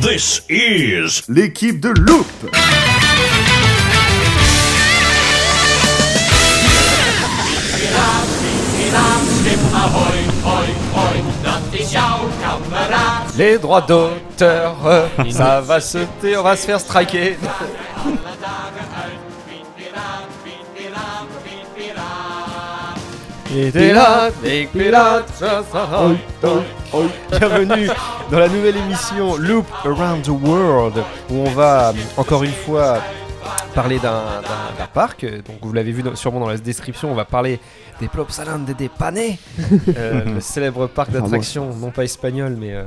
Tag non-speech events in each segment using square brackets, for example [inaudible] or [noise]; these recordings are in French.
This is l'équipe de Loop. Les droits d'auteur, euh, ça va se on va se faire striker. Et Pilote, big pilote, ça, ça, ça. bienvenue dans la nouvelle émission Loop Around the World où on va euh, encore une fois parler d'un d'un- d'un parc. Euh, Donc vous l'avez vu dans- sûrement dans la description, on va parler des Plopsalandes et des Panais, [laughs] euh, le célèbre parc d'attractions, non pas espagnol mais euh,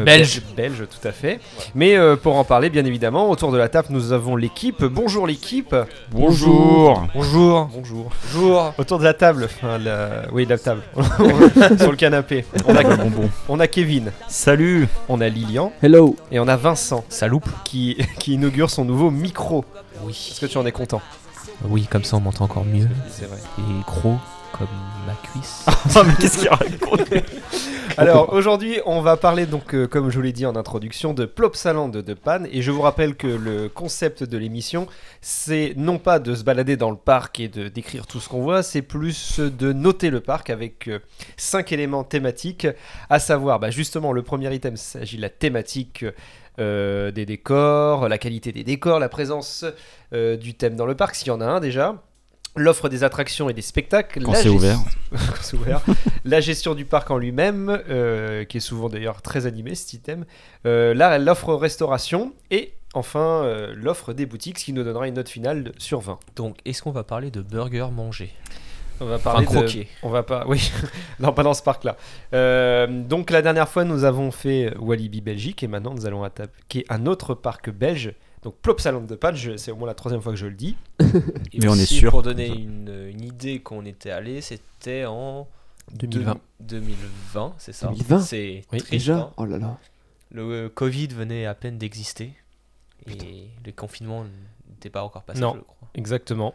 euh, Belge. belge tout à fait. Mais euh, pour en parler, bien évidemment, autour de la table, nous avons l'équipe. Bonjour l'équipe. Bonjour Bonjour. Bonjour. Jour. Autour de la table, enfin, la- oui, de la [laughs] table, sur le canapé. On a, on a Kevin, Salut on a Lilian Hello. et on a Vincent Ça loupe qui, [laughs] qui inaugure son nouveau micro. Oui. Est-ce que tu en es content Oui, comme ça on m'entend encore mieux. C'est vrai. Et gros comme ma cuisse. Ah mais qu'est-ce qu'il raconte Alors aujourd'hui, on va parler donc, euh, comme je vous l'ai dit en introduction, de Plopsaland de Panne. Et je vous rappelle que le concept de l'émission, c'est non pas de se balader dans le parc et de décrire tout ce qu'on voit, c'est plus de noter le parc avec euh, cinq éléments thématiques, à savoir bah, justement le premier item, s'agit de la thématique. euh, des décors, la qualité des décors, la présence euh, du thème dans le parc, s'il y en a un déjà, l'offre des attractions et des spectacles, Quand la c'est gest- ouvert. [laughs] quand c'est ouvert. la gestion du parc en lui-même, euh, qui est souvent d'ailleurs très animé cet item, Euh, là l'offre restauration et enfin euh, l'offre des boutiques, ce qui nous donnera une note finale de- sur 20. Donc, est-ce qu'on va parler de burger mangé On va Enfin, parler de- croqué. On va pas, oui, [laughs] non pas dans ce parc-là. Euh, donc la dernière fois nous avons fait Walibi Belgique et maintenant nous allons attaquer un autre parc belge. Donc Plopsaland de Panne, je- c'est au moins la troisième fois que je le dis. Et Mais on aussi, est sûr. Pour donner une, une idée qu'on était allé, c'était en 2020. deux- 2020, c'est ça 2020. C'est Oui, triste, déjà. hein. Oh là là. Le euh, Covid venait à peine d'exister. Et le confinement n'était pas encore passé, Non. je crois. Exactement.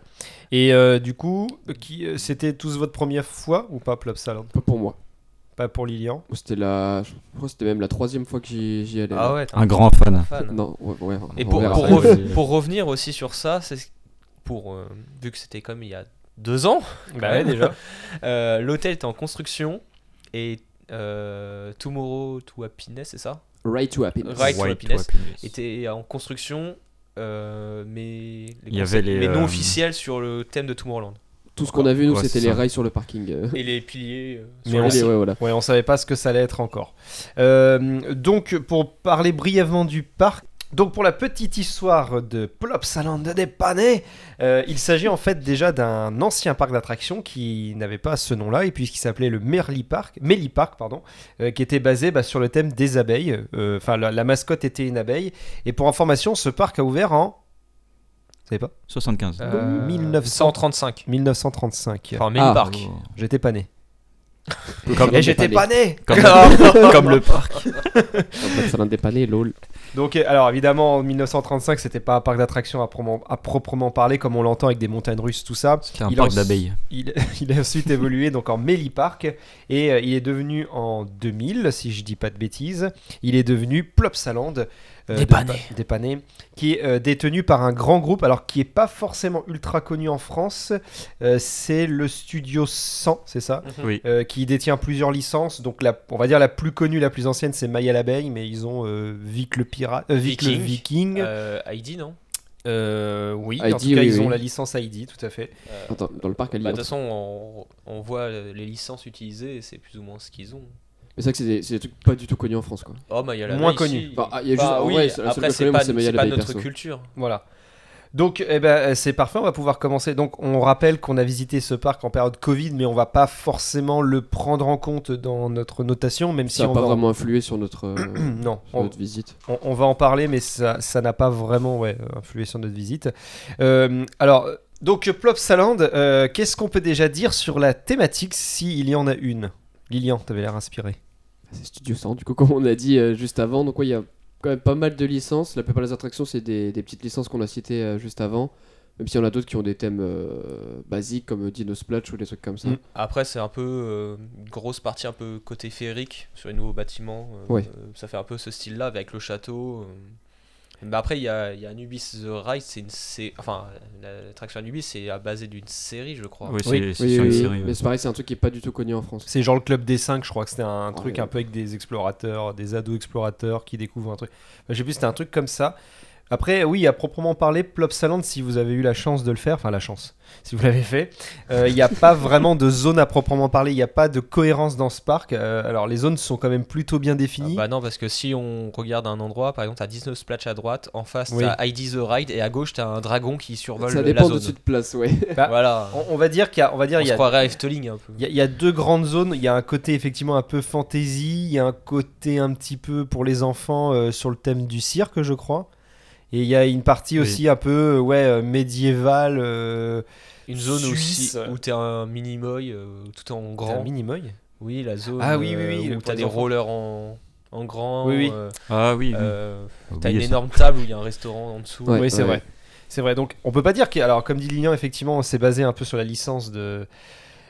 Et euh, du coup, qui, euh, c'était tous votre première fois ou pas Plopsaland Pas pour moi. Pas pour Lilian C'était la. Je crois que c'était même la troisième fois que j'y j'y allais. Ah ouais, t'es Euh, Un grand fan. fan. Non, ouais, ouais, Et on pour, verra pour ça. rev- pour revenir aussi sur ça, c'est ce- pour euh, vu que c'était comme il y a deux ans, Bah ouais, déjà. euh, l'hôtel était en construction et euh, Tomorrow to Happiness, c'est ça Right to happiness. Right to Ouais, Happiness to happiness. Était en construction, euh, mais les, Il y concepts- avait les, noms euh, officiels sur le thème de Tomorrowland Tout ce qu'on a vu, nous, Ouais, c'était c'est les ça. rails sur le parking. euh, et les piliers. euh, Mais sur on les- les- ouais, voilà. Ouais, on savait pas ce que ça allait être encore. Euh, donc, pour parler brièvement du parc, donc pour la petite histoire de Plopsaland des Panais, euh, il s'agit en fait déjà d'un ancien parc d'attractions qui n'avait pas ce nom-là et puis qui s'appelait le Merli Park, Merli Park pardon, euh, qui était basé bah, sur le thème des abeilles. Euh, Enfin, la, la mascotte était une abeille. Et pour information, ce parc a ouvert en Vous savez pas 75. euh, 1935. 1935. Enfin, Mini Ah. Park. Oh. J'étais pas né. Comme Et j'étais pas né. Comme, comme le parc. Ça l'a dépanné, lol. Donc, euh, alors évidemment, en 1935, c'était pas un parc d'attractions à, promo- à proprement parler, comme on l'entend avec des montagnes russes, tout ça. C'est un Il parc en- d'abeilles. Il, [laughs] il a ensuite évolué donc en Melly Park et euh, il est devenu en 2000, si je dis pas de bêtises, il est devenu Plopsaland. euh, de- Dépanné. dépanné, qui est euh, détenu par un grand groupe, alors qui est pas forcément ultra connu en France. euh, c'est le Studio 100, c'est ça Oui. euh, qui détient plusieurs licences. Donc, la, on va dire la plus connue, la plus ancienne, c'est Maya l'abeille, mais ils ont euh, Vic le pirate, euh, Vic le Viking. viking. Euh, Heidi, non Euh, oui, en ID, tout cas, oui, ils ont oui. la licence ID, tout à fait. Euh, Attends, dans le parc, elle y bah, De est. toute façon, on, on voit euh, les licences utilisées et c'est plus ou moins ce qu'ils ont. Mais c'est vrai que c'est des, c'est des trucs pas du tout connus en France, quoi. Oh, bah, il y a la Moins veille, connu. si. Enfin, ah, il Bah y a juste- en oui, vrai, c'est la seule après, que je c'est connais, pas, moi, c'est Maya c'est la pas veille, notre perso. culture. Voilà. Donc, eh ben, euh, c'est parfait, on va pouvoir commencer. Donc, on rappelle qu'on a visité ce parc en période Covid, mais on va pas forcément le prendre en compte dans notre notation, même si Ça n'a on pas va en- Hmm, vraiment influé sur notre, euh, Non, sur on, notre visite. On, on va en parler, mais ça ça n'a pas vraiment ouais, influé sur notre visite. Euh, alors, donc Plopsaland, euh, qu'est-ce qu'on peut déjà dire sur la thématique s'il y en a une Lilian, t'avais l'air inspiré. Bah, C'est Studio 100, [laughs] du coup, comme on a dit euh, juste avant. Donc, ouais, il y a quand même pas mal de licences. La plupart des attractions, c'est des, des petites licences qu'on a citées euh, juste avant. Même s'il y en a d'autres qui ont des thèmes euh, basiques comme euh, Dino Splash ou des trucs comme ça. Mm. Après, c'est un peu euh, une grosse partie un peu côté féerique sur les nouveaux bâtiments. euh, Ouais. euh, ça fait un peu ce style-là avec le château. euh. Mais après, il y a, il y a Anubis The Ride, c'est une sé- enfin, la- l'attraction Anubis c'est à baser d'une série, je crois. Oui, c'est Oui. c'est Oui, sur oui, oui. une série. mais c'est pareil, c'est un truc qui est pas du tout connu en France. C'est genre le club des 5, je crois que c'était un truc Ouais. un peu avec des explorateurs, des ados explorateurs qui découvrent un truc. Enfin, J'ai vu, c'était un truc comme ça. Après, oui, à proprement parler, Plopsaland, si vous avez eu la chance de le faire, enfin la chance, si vous l'avez fait, euh, il n'y a [laughs] pas vraiment de zone à proprement parler, il n'y a pas de cohérence dans ce parc. Euh, alors, les zones sont quand même plutôt bien Ah définies. bah non, parce que si on regarde un endroit, par exemple, t'as 19 Splash à droite, en face Oui. t'as ID The Ride, et à gauche t'as un dragon qui survole ça le- dépend la de zone. de place, ouais. Voilà. Ah, on, on va dire qu'il y a, on va dire, On il y se a croirait à Efteling un peu. Il y, a- il y a deux grandes zones. Il y a un côté effectivement un peu fantasy, il y a un côté un petit peu pour les enfants euh, sur le thème du cirque, je crois. Et il y a une partie Oui. aussi un peu euh, ouais euh, médiévale. euh, Une zone Suisse. aussi où t'es un mini-moy euh, tout en t'as un grand. mini-moy. Oui, la zone Ah oui, oui, euh, oui, où pour t'as les des enfants. rollers en, en grand. Oui, oui. euh, Ah oui, oui. euh, t'as Oubliez une ça. énorme table où il y a un restaurant en dessous. Ouais. oui, c'est vrai. C'est vrai. Donc on peut pas dire que alors comme dit Lilian, effectivement, on s'est basé un peu sur la licence de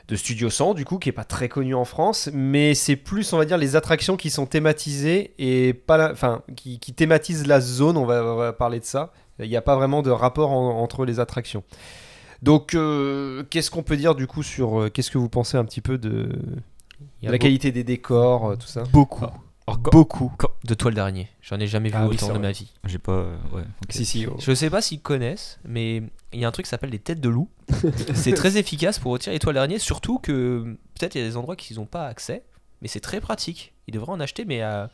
de Studio 100 du coup qui est pas très connu en France mais c'est plus on va dire les attractions qui sont thématisées et pas la- enfin qui, qui thématisent la zone on va, on va parler de ça il n'y a pas vraiment de rapport en- entre les attractions donc euh, qu'est-ce qu'on peut dire du coup sur euh, qu'est-ce que vous pensez un petit peu de Il y a la beau- qualité des décors euh, tout ça Beaucoup. Encore- Beaucoup. de toiles d'araignée. J'en ai jamais vu Ah oui, c'est autant de vrai. ma vie. J'ai pas. euh, Ouais. ok. si si oh. Je sais pas s'ils connaissent, mais il y a un truc qui s'appelle les têtes [laughs] de loup. c'est très efficace pour retirer les toiles d'araignée, surtout que peut-être il y a des endroits qu'ils n'ont pas accès, mais c'est très pratique. Ils devraient en acheter, mais à,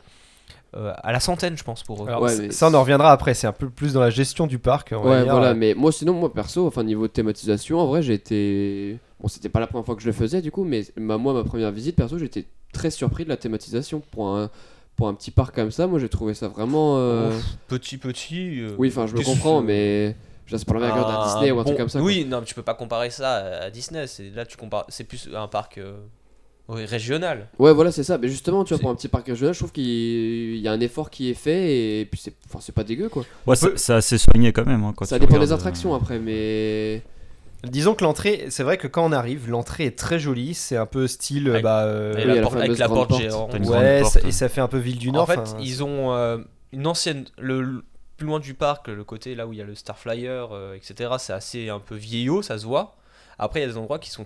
euh, à la centaine, je pense, pour eux. Alors, Ouais, ça- mais- ça on en reviendra après c'est un peu plus dans la gestion du parc on va Ouais, dire. Euh, voilà, mais moi, sinon, moi perso, enfin, niveau thématisation, en vrai, j'ai été. Bon, c'était pas la première fois que je le faisais, du coup, mais ma, moi, ma première visite, perso, j'étais très surpris de la thématisation. Pour un, pour un petit parc comme ça, moi, j'ai trouvé ça vraiment. euh, Ouf, petit, petit. euh, Oui, enfin, je le qu'est-ce comprends, que- mais. Je sais pas la regarder à un Disney ou un truc bon- comme ça. quoi. Oui, non, Ah, mais tu peux pas comparer ça à Disney. C'est là, tu compares. C'est plus un parc euh, oui, régional. Ouais, voilà, c'est ça. Mais justement, tu vois, C'est- pour un petit parc régional, je trouve qu'il y a un effort qui est fait et puis c'est enfin, c'est pas dégueu quoi. Ouais, ça- c'est assez soigné quand même. hein, quand ça tu dépend des regardes, attractions hein. euh, après, mais. Disons que l'entrée, c'est vrai que quand on arrive, l'entrée est très jolie, c'est un peu style. Ouais. bah, euh, Et oui, la la porte- avec fameuse la grande porte porte. géante. T'as une grande ouais, porte. ça- et ça fait un peu ville du Nord. en fait, enfin, ils ont euh, une ancienne. Le, le- plus loin du parc, le côté là où il y a le Star Flyer, euh, etc., c'est assez un peu vieillot, ça se voit. Après, il y a des endroits qui sont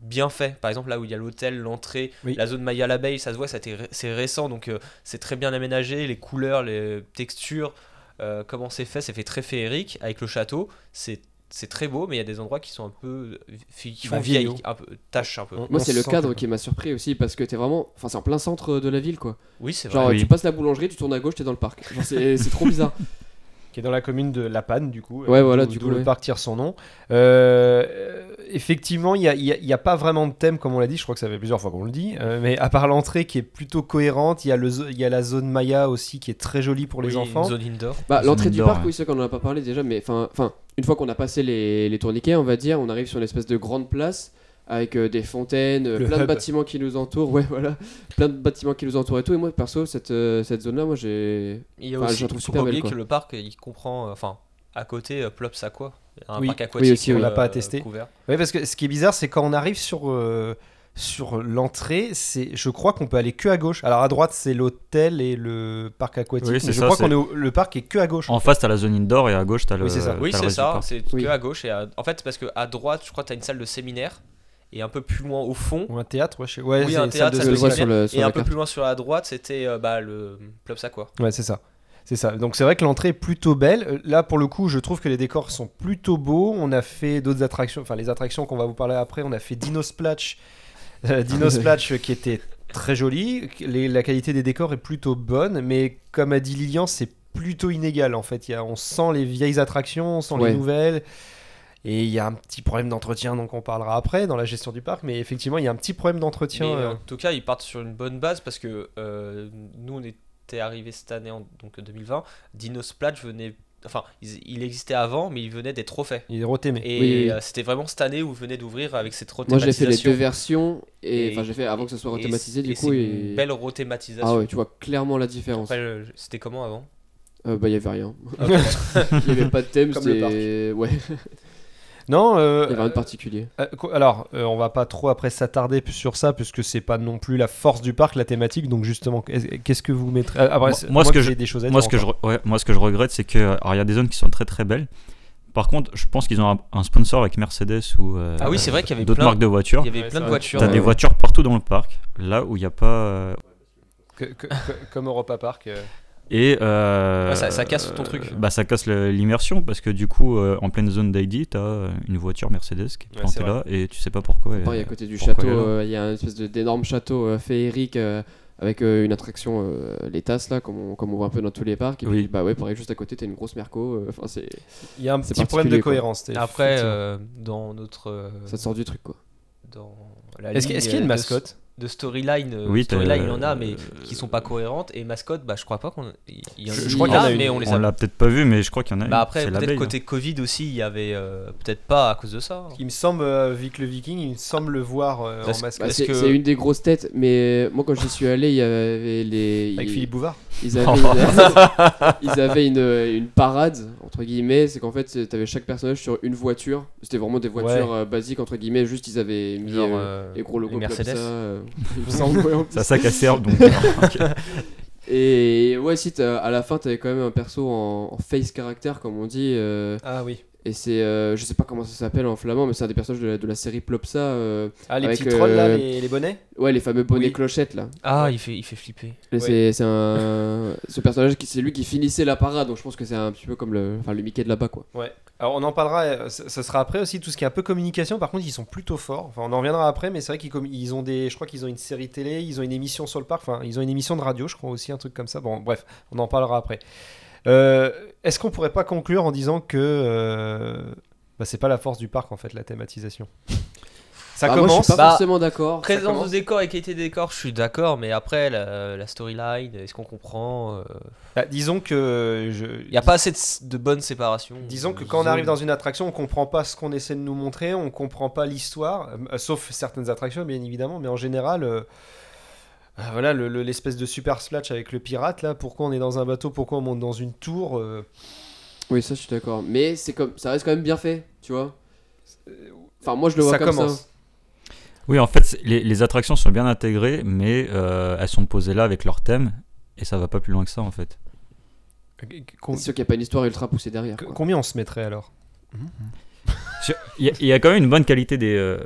bien faits. Par exemple, là où il y a l'hôtel, l'entrée, Oui. la zone Maya l'abeille, ça se voit, ça a été ré- c'est récent, donc euh, c'est très bien aménagé, les couleurs, les textures, euh, comment c'est fait, c'est fait très féerique. Avec le château, c'est c'est très beau, mais il y a des endroits qui sont un peu. euh, qui font Bah, vieilles, vieillot. Hein. un peu, tâches un peu. On- Moi, on c'est le sent cadre que- qui m'a surpris aussi parce que t'es vraiment. Enfin, c'est en plein centre de la ville quoi. Oui, c'est vrai. Genre, Oui. tu passes la boulangerie, tu tournes à gauche, t'es dans le parc. Genre, c'est c'est trop bizarre. qui est dans la commune de La Panne, du coup. Ouais, voilà, d'où- du d'où coup, le ouais. parc tire son nom. Euh, euh, effectivement, il n'y a, il y a- il y a pas vraiment de thème, comme on l'a dit. Je crois que ça fait plusieurs fois qu'on le dit. euh, mais à part l'entrée qui est plutôt cohérente, il y, a le zo- il y a la zone Maya aussi qui est très jolie pour les Oui, enfants. Une zone indoor. Bah, Zone l'entrée du indoor, parc, ouais. oui, c'est vrai qu'on en a pas parlé déjà, mais enfin, enfin, une fois qu'on a passé les, les tourniquets, on va dire, on arrive sur une espèce de grande place avec euh, des fontaines, euh, Le plein de hub. bâtiments qui nous entourent, ouais, voilà, plein de bâtiments qui nous entourent et tout. Et moi, perso, cette, euh, cette zone-là, moi, j'ai. Il y a Enfin, je aussi, la trouve faut super pas belle, oublier quoi. que le parc, il comprend, euh, enfin, à côté, euh, Plops à quoi Un Oui. parc aquatique. aussi, oui. On l'a pas euh, attesté. couvert. Oui, parce que ce qui est bizarre, c'est quand on arrive sur, euh, sur l'entrée, c'est, je crois qu'on peut aller que à gauche. Alors à droite, c'est l'hôtel et le parc aquatique. Oui, mais c'est je ça, crois c'est- qu'on est au- le parc est que à gauche. En face, t'as la zone indoor et à gauche, t'as le. Oui, c'est ça. t'as Oui, le c'est reste du ça. parc. C'est Oui. que à gauche. Et à- En fait, c'est parce que à droite, je crois que tu as une salle de séminaire. Et un peu plus loin au fond. Ou un théâtre, ouais, je sais- ouais, Oui, c'est un une salle théâtre, Je ça de le se vois souvient. sur, le, sur Et un la peu carte. plus loin sur la droite, c'était euh, bah, le Plops à quoi Ouais, c'est ça. C'est ça. Donc c'est vrai que l'entrée est plutôt belle. Euh, Là, pour le coup, je trouve que les décors sont plutôt beaux. On a fait d'autres attractions, enfin les attractions qu'on va vous parler après. On a fait Dino Splash, [laughs] Euh, Dino Splash euh, qui était très joli. Les- la qualité des décors est plutôt bonne, mais comme a dit Lilian, c'est plutôt inégal en fait. Il y a- on sent les vieilles attractions, on sent Ouais. les nouvelles. Et il y a un petit problème d'entretien, donc on parlera après dans la gestion du parc. Mais effectivement, il y a un petit problème d'entretien. Mais, euh, en tout cas, ils partent sur une bonne base parce que euh, nous, on était arrivés cette année, en, donc 2020. Dino Splash venait. Enfin, ils- il existait avant, mais il venait des trophées. Il est rotémé. Oui, Et oui. euh, c'était vraiment cette année où vous venez d'ouvrir avec ces trois Moi, j'ai fait les thématisations. deux versions et Et- enfin, j'ai fait avant que ça soit Et rethématisé, c'est- du et coup. c'est et- une belle rethématisation. Ah ouais, tu vois clairement la différence. Après, je- C'était comment avant Euh, bah, il y avait rien. [laughs] Il y avait pas de thème, Comme le c'était. Ouais, Non, euh, il y avait rien de particulier. euh, quoi- alors, euh, on va pas trop après s'attarder sur ça, puisque c'est pas non plus la force du parc, la thématique. Donc, justement, qu'est- qu'est-ce que vous mettrez Ah, après, Moi- c'est- à moi, ce moins que j'ai je- des choses à Moi dire ce, que je, encore. re- ouais, moi, ce que je regrette, c'est que. Alors, il y a des zones qui sont très très belles. Par contre, je pense qu'ils ont un, un sponsor avec Mercedes ou euh, Ah oui, c'est vrai qu'il y avait d'autres plein- marques de voitures. Il y avait Ouais, plein ça, de ouais. voitures. euh, T'as Ouais, des ouais. voitures partout dans le parc, là où il n'y a pas. euh, Que- que- que- comme Europa Park. euh, Et euh, Ouais, ça- ça casse ton truc. euh, Bah ça casse le- l'immersion parce que du coup, euh, en pleine zone d'ID, t'as euh, une voiture Mercedes qui est Ouais, plantée c'est là et tu sais pas pourquoi. elle- Pareil, à côté du pourquoi château, elle est là. euh, il y a une espèce de- d'énorme château euh, féerique euh, avec euh, une attraction, euh, les tasses, là, comme on, comme on voit un peu dans tous les parcs. Et Oui. puis, bah ouais, pareil, juste à côté, t'as une grosse Merco. euh, Enfin, c'est Il y a un C'est petit problème de particulier, quoi. cohérence. t'es- Après, effectivement. euh, dans notre. euh, ça te sort du truc, quoi. dans la est-ce que- ligne, est-ce qu'il y a euh, une de- mascotte De storyline, euh, Oui, t'as- storyline, il y en a, mais euh, qui sont pas cohérentes. Et mascotte, bah, je crois pas qu'on. Il il y en Je- il je crois y qu'il y en a, a une. mais on les On a. l'a peut-être pas vu, mais je crois qu'il y en a. une. Bah après, C'est hein. peut-être l'abeille, côté Covid aussi, il y avait euh, peut-être pas à cause de ça. hein. Il me semble, euh, Vic le Viking, il me semble le voir euh, Parce- en Bah, mascotte. Parce c'est que- c'est une des grosses têtes, mais euh, moi, quand j'y suis allé, il y avait les. Avec il- Philippe Bouvard. Ils avaient, une, [laughs] ils avaient une, une parade, entre guillemets, c'est qu'en fait, t'avais chaque personnage sur une voiture. C'était vraiment des voitures euh, basiques, entre guillemets, juste ils avaient mis Genre, euh, euh, les gros logos les comme ça. Mercedes. [laughs] euh, [laughs] il me semble, ouais, en hein. plus. Ça sac à serbe, donc. ok. Et ouais, si, t'as- à la fin, t'avais quand même un perso en, en face character, comme on dit. euh, Ah oui. et c'est, euh, je sais pas comment ça s'appelle en flamand, mais c'est un des personnages de la, de la série Plopsa. euh, Ah, les Avec, petits trolls là, euh, les, les bonnets ouais, les fameux bonnets Oui. clochettes là. Ah, il fait, il fait flipper. Et C'est c'est [laughs] un. Ce personnage, qui- c'est lui qui finissait la parade, donc je pense que c'est un petit peu comme le, enfin, le Mickey de là-bas, quoi. Alors on en parlera, euh, ce ce sera après aussi tout ce qui est un peu communication. Par contre, ils sont plutôt forts. Enfin, on en reviendra après, mais c'est vrai qu'ils commu- ils ont des, je crois qu'ils ont une série télé, ils ont une émission sur le parc, enfin ils ont une émission de radio, je crois aussi un truc comme ça. Bon, bref, on en parlera après. Euh, Est-ce qu'on pourrait pas conclure en disant que euh, bah, c'est pas la force du parc en fait la thématisation Ah, Ça moi, je commence. suis pas Bah, forcément d'accord. Présence commence. de décor et qualité de décor, je suis d'accord, mais après, la, la storyline, est-ce qu'on comprend Bah, disons que je- Il n'y a pas assez de, de bonne séparation. Disons que quand on arrive dans une attraction, on comprend pas ce qu'on essaie de nous montrer, on comprend pas l'histoire, euh, euh, sauf certaines attractions bien évidemment, mais en général, euh, euh, voilà le- le- l'espèce de super splash avec le pirate là, pourquoi on est dans un bateau, pourquoi on monte dans une tour, euh, Oui, ça, je suis d'accord. Mais c'est comme, ça reste quand même bien fait, tu vois. Enfin, moi, je le vois ça comme commence. euh, ça. Oui, en fait, c'est- les, les attractions sont bien intégrées, mais euh, elles sont posées là avec leur thème et ça va pas plus loin que ça en fait. Euh, com- C'est sûr qu'il n'y a pas une histoire ultra poussée derrière. co- quoi. Combien on se mettrait alors Sur- Il y, a- il y a quand même une bonne qualité des. euh,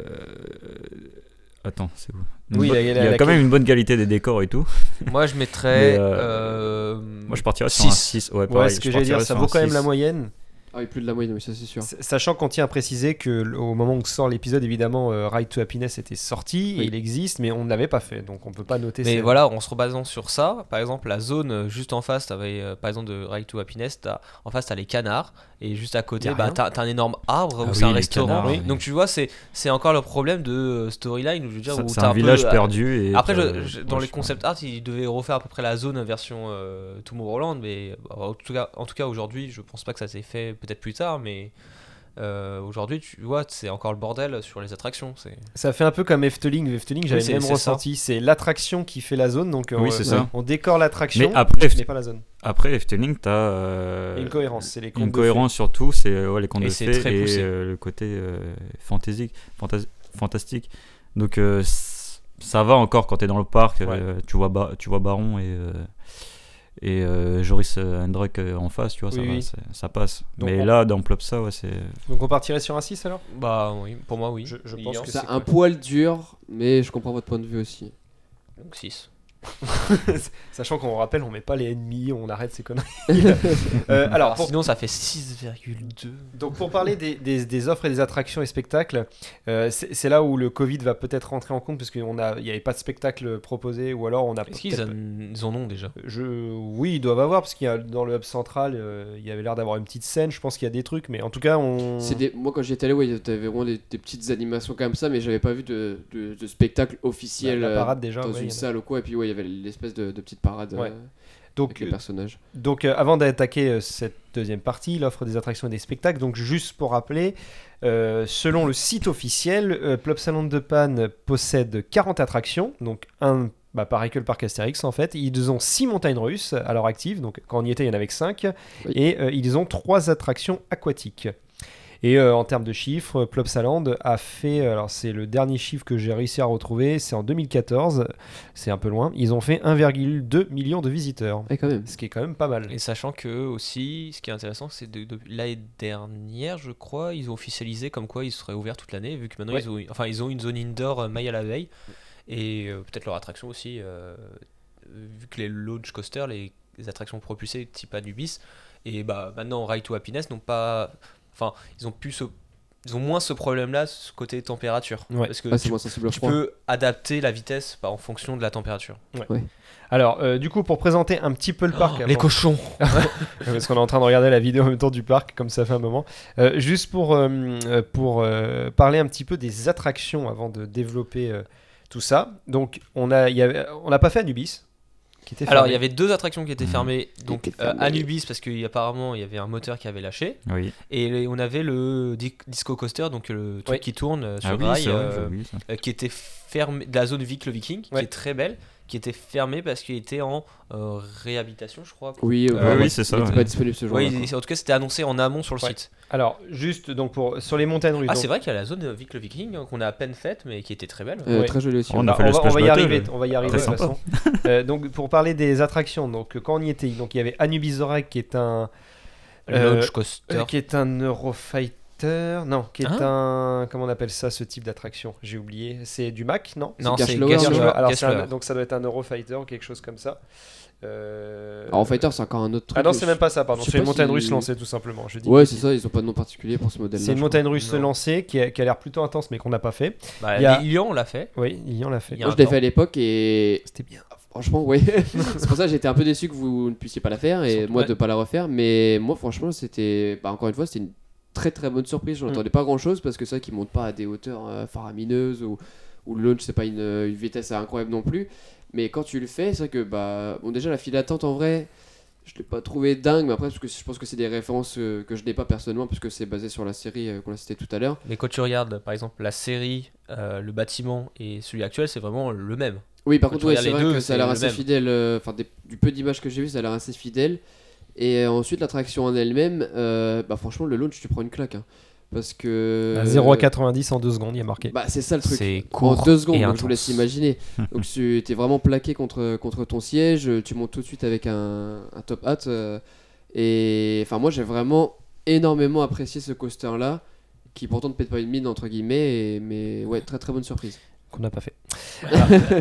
Attends, c'est où Une Oui, bonne- la- il y la- a, la- quand même une bonne qualité des décors et tout. Moi, je mettrais. Mais, euh, euh, Moi, je partirais sur un Six. 6. Ouais, Ouais, pareil, ce je que j'allais dire, partirais ça sur vaut un quand même six. la moyenne. Ah oui, plus de la moyenne, oui, ça c'est sûr. S- Sachant qu'on tient à préciser que l- au moment où sort l'épisode, évidemment, euh, Ride to Happiness était sorti, Oui. et il existe, mais on ne l'avait pas fait, donc on peut pas noter. Mais ces- voilà, en se rebasant sur ça, par exemple, la zone euh, juste en face, t'avais, euh, par exemple, de Ride to Happiness, t'as- en face, t'as les canards, et juste à Y côté, a bah, rien. t'as, t'as un énorme arbre Ah où oui, c'est un les restaurant. canards, Oui. oui. Donc, tu vois, c'est, c'est encore le problème de euh, storyline, où je veux dire, Ça- où C'est t'as un peu, village euh, perdu. Et Après, t'as- euh, je- je- dans ouais, les je- concept art, ils devaient refaire à peu près la zone version euh, Tomorrowland, mais bah, en tout cas, en tout cas aujourd'hui, je pense pas que ça s'est fait, peut-être plus tard, mais euh, aujourd'hui, tu vois, c'est encore le bordel sur les attractions. C'est... Ça fait un peu comme Efteling. Efteling, j'avais Oui, c'est- le même c'est ça. ressenti. C'est l'attraction qui fait la zone, donc euh, Oui, on- c'est ça. on décore l'attraction, Mais après, mais pas la zone. Après, Efteling, t'as. Il y a euh, une cohérence, c'est les une comptes. cohérence surtout, c'est euh, ouais, les contes Et de c'est fées très poussé. et euh, le côté euh, fantaisique, fantas- fantastique. Donc euh, c- ça va encore quand t'es dans le parc, euh, tu, vois Ba- tu vois Baron et, euh, et euh, Joris euh, Hendrock euh, en face, tu vois, ça, Oui, va, oui. c'est- ça passe. Donc Mais on- là, dans Plopsa, ouais, c'est... Donc on partirait sur un 6 alors Bah oui, pour moi, oui. Je- je Il pense y en- que Ça c'est Hmm. un poil dur, mais je comprends votre point de vue aussi. Donc 6. Sachant qu'on rappelle, on met pas les ennemis, on arrête ces conneries. [laughs] Euh, alors, Alors, pour, sinon, ça fait 6,2. donc pour parler des, des- des offres et des attractions et spectacles, euh, c'est c'est là où le Covid va peut-être rentrer en compte parce qu'il n'y avait pas de spectacle proposé ou alors on a Est-ce qu'ils peut-être- en, ils en ont déjà Je... Oui, ils doivent avoir parce qu'il y a dans le hub central, euh, il y avait l'air d'avoir une petite scène. Je pense qu'il y a des trucs, mais en tout cas, on. C'est des- Moi, quand j'y étais allé, ouais, t'avais vraiment des, des petites animations comme ça, mais j'avais pas vu de, de- de spectacle La- officiel Bah, la euh, parade déjà. dans ouais, il y une en a. salle ou quoi. Et puis, ouais, il y avait l'espèce de, de petite parade euh, Ouais. avec Donc, les personnages. Donc, euh, avant d'attaquer euh, cette deuxième partie, l'offre des attractions et des spectacles, donc juste pour rappeler, euh, selon le site officiel, euh, Plopsaland de Panne possède 40 attractions, donc un bah, pareil que le parc Astérix, en fait, ils ont six montagnes russes à leur active, donc quand on y était, il y en avait que cinq, Oui. et euh, ils ont trois attractions aquatiques. Et euh, en termes de chiffres, Plopsaland a fait, euh, alors c'est le dernier chiffre que j'ai réussi à retrouver, c'est en 2014, c'est un peu loin, ils ont fait 1,2 million de visiteurs, Ouais, quand même. ce qui est quand même pas mal. Et sachant que aussi, ce qui est intéressant, c'est de, de- l'année dernière, je crois, ils ont officialisé comme quoi ils seraient ouverts toute l'année, vu que maintenant Ouais. ils, ont, enfin, ils ont une zone indoor euh, maille à la veille, et euh, peut-être leur attraction aussi, euh, vu que les launch coasters, les, les attractions propulsées type Anubis, et bah maintenant Ride to Happiness n'ont pas, enfin, ils ont plus, ce- ils ont moins ce problème-là, ce côté température, Ouais. parce que Ah, c'est tu, moins sensible au tu froid. peux adapter la vitesse bah, en fonction de la température. Alors, euh, du coup, pour présenter un petit peu le parc, avant- Oh, cochons. parce qu'on est en train de regarder la vidéo en même temps du parc, comme ça fait un moment. Euh, juste pour, euh, euh, pour euh, parler un petit peu des attractions avant de développer euh, tout ça. Donc, on a- il y avait- on n'a pas fait Anubis. Qui était Alors, fermé. il y avait deux attractions qui étaient Mhm. fermées. Donc, étaient fermées. euh, Anubis, parce qu'apparemment, il y avait un moteur qui avait lâché. Oui. Et les- on avait le di- Disco Coaster, donc le truc Oui. qui tourne euh, sur Ah oui, rail, c'est vrai, euh, j'ai oublié ça. euh, qui était fermé, de la zone Vic le Viking, qui Ouais. est très belle, qui était fermée parce qu'il était en euh, réhabilitation, je crois. Oui, euh, Ah vraiment, oui, c'est ça, Il était ouais. pas disponible ce Ouais, jour-là. quoi. il- en tout cas, c'était annoncé en amont sur le Ouais. site. Alors, juste donc pour, sur les montagnes russes. Ah, donc- c'est vrai qu'il y a la zone euh, Vic le Viking hein, qu'on a à peine faite, mais qui était très belle. Euh, Ouais. Très joli aussi. On a Bah, fait le va, splash va y battle. arriver, on va y arriver de toute sympa. façon. Euh, donc pour parler des attractions, donc quand on y était, donc il y avait Anubis Zorak qui est un euh, Launch Coaster. Euh, qui est un Eurofighter, non, qui est Hein un comment on appelle ça ce type d'attraction J'ai oublié, c'est du Mac, non non, c'est c'est Gashlower, Gashlower. Gashlower. euh, Alors, c'est un- Gashlower. donc ça doit être un Eurofighter ou quelque chose comme ça. Euh, Alors, en fighter, c'est encore un autre truc. ah non, c'est même pas ça, pardon. je sais C'est une pas montagne si- russe lancée tout simplement. Je dis. Ouais, c'est ça, ils ont pas de nom particulier pour ce modèle-là. C'est une je montagne russe Non. lancée qui a, qui a l'air plutôt intense mais qu'on n'a pas fait. Bah, il y a- les Lions, on l'a fait. Oui, il y en l'a fait. Il y crois. Moi, a un je l'ai temps. fait à l'époque et C'était bien. franchement, [laughs] oui. c'est pour ça que j'étais un peu déçu que vous ne puissiez pas la faire et Surtout, moi ouais. de pas la refaire. Mais moi, franchement, c'était. Bah, encore une fois, c'était une très très bonne surprise. J'en Mm. attendais pas grand chose parce que c'est vrai qu'ils montent pas à des hauteurs euh, faramineuses ou, ou le launch, c'est pas une, une vitesse incroyable non plus. Mais quand tu le fais, c'est vrai que. Bah, bon, déjà, la file d'attente en vrai. Je l'ai pas trouvé dingue, mais après, parce que je pense que c'est des références euh, que je n'ai pas personnellement, puisque c'est basé sur la série euh, qu'on a citée tout à l'heure. Mais quand tu regardes, par exemple, la série, euh, le bâtiment et celui actuel, c'est vraiment le même. Oui, par Quand contre, tu ouais, regardes c'est les vrai deux, que ça a c'est l'air le assez même. fidèle. euh, Enfin, des- du peu d'images que j'ai vu, ça a l'air assez fidèle. Et euh, ensuite, l'attraction en elle-même, euh, bah franchement, le launch, tu prends une claque. hein. parce que. 0 à 90 en 2 secondes, il y a marqué. Euh, Bah, c'est ça le truc. C'est en court deux secondes, et donc je vous laisse intense. [laughs] imaginer. donc tu es vraiment plaqué contre, contre ton siège, tu montes tout de suite avec un, un top hat. euh, et enfin, moi j'ai vraiment énormément apprécié ce coaster là, qui pourtant ne pète pas une mine, entre guillemets, et- mais ouais, très très bonne surprise. qu'on n'a pas fait. [laughs]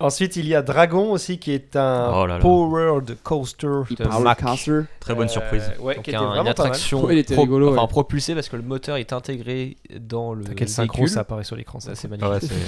Ensuite, il y a Dragon aussi qui est un Oh là là. powered coaster de Power Mac. Caster. Très bonne Euh, surprise. [laughs] ouais, Donc qui était un- une vraiment pas mal. attraction Ouais, il était pro- rigolo, ouais. enfin, propulsée parce que le moteur est intégré dans le T'as quel synchro véhicule. ça apparaît sur l'écran ça. Ça, c'est Ah magnifique. ouais,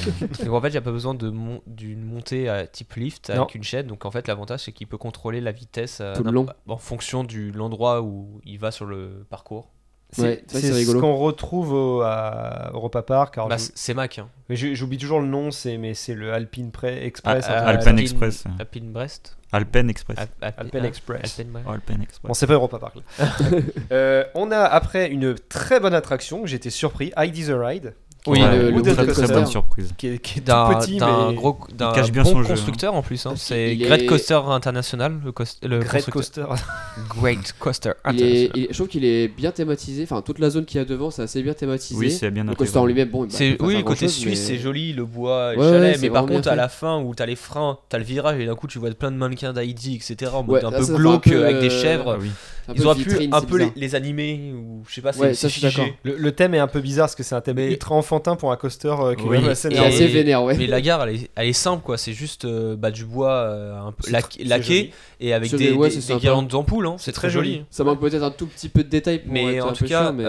[laughs] c'est- Donc en fait, il n'y a pas besoin de mon- d'une montée à type lift Non. avec une chaîne. Donc en fait, l'avantage c'est qu'il peut contrôler la vitesse euh, Tout le n'importe- long. en fonction de l'endroit où il va sur le parcours. C'est Ouais, ça, c'est c'est ce rigolo. qu'on retrouve au- à Europa Park. alors Bah, je- c'est c'est Mac. hein. mais j'ai- J'oublie toujours le nom, c'est mais c'est le Alpine Pre- Express. Ah, un ah, truc comme Alpen Alpine- Express. Alpine Brest. Alpen Express. Al- ça. Alpi- Alpen ah, Express. Alpen Brest. Alpen Bon, Express. c'est pas Europa Park. là. [laughs] Euh, on a après une très bonne attraction que j'étais surpris, ID the Ride, Oui, Ouais, le- le très, très, Wooden bonne Coaster. surprise. qui est, qui est tout D'un petit d'un mais gros, d'un cache bien bon son jeu, hein. constructeur en plus. hein. Parce C'est qu'il Great est- Coaster International, le, cos- le Great constructeur. Coaster. Great Coaster Il est, International. il- je trouve qu'il est bien thématisé. Enfin, toute la zone qu'il y a devant, c'est assez bien thématisé. Oui, c'est bien le coaster en intégré. lui-même, bon, il va C'est- bah, pas faire oui, le côté grand-chose, suisse, mais- c'est joli, le bois, le Ouais, ouais, chalet, c'est mais par vraiment contre, bien à la fin où t'as les freins, t'as le virage et d'un coup tu vois plein de mannequins d'ID, etc. en Ouais, mode un ça, peu ça fait un glauque peu, avec des euh, chèvres. Ah oui. c'est un Ils peu auraient pu vitrine, un c'est peu les, bizarre. les animer ou je sais pas, c'est Ouais, ça, je suis figé. d'accord. [laughs] Le, le thème est un peu bizarre parce que c'est un thème Mais- ultra enfantin pour un coaster euh, qui est Oui. quand même assez Et- C'est nerveux. assez vénère, ouais. Ah Mais la gare, elle est, elle est simple quoi, c'est juste euh, bah, du bois euh, un peu C'est laqué, tr- c'est laqué joli. et avec C'est des, des- ouais, des- c'est des sympa. guirlandes d'ampoules, hein. c'est très très joli. joli. Ça manque peut-être un tout petit peu de détails pour Mais être en un tout peu cas, chiant, mais, euh,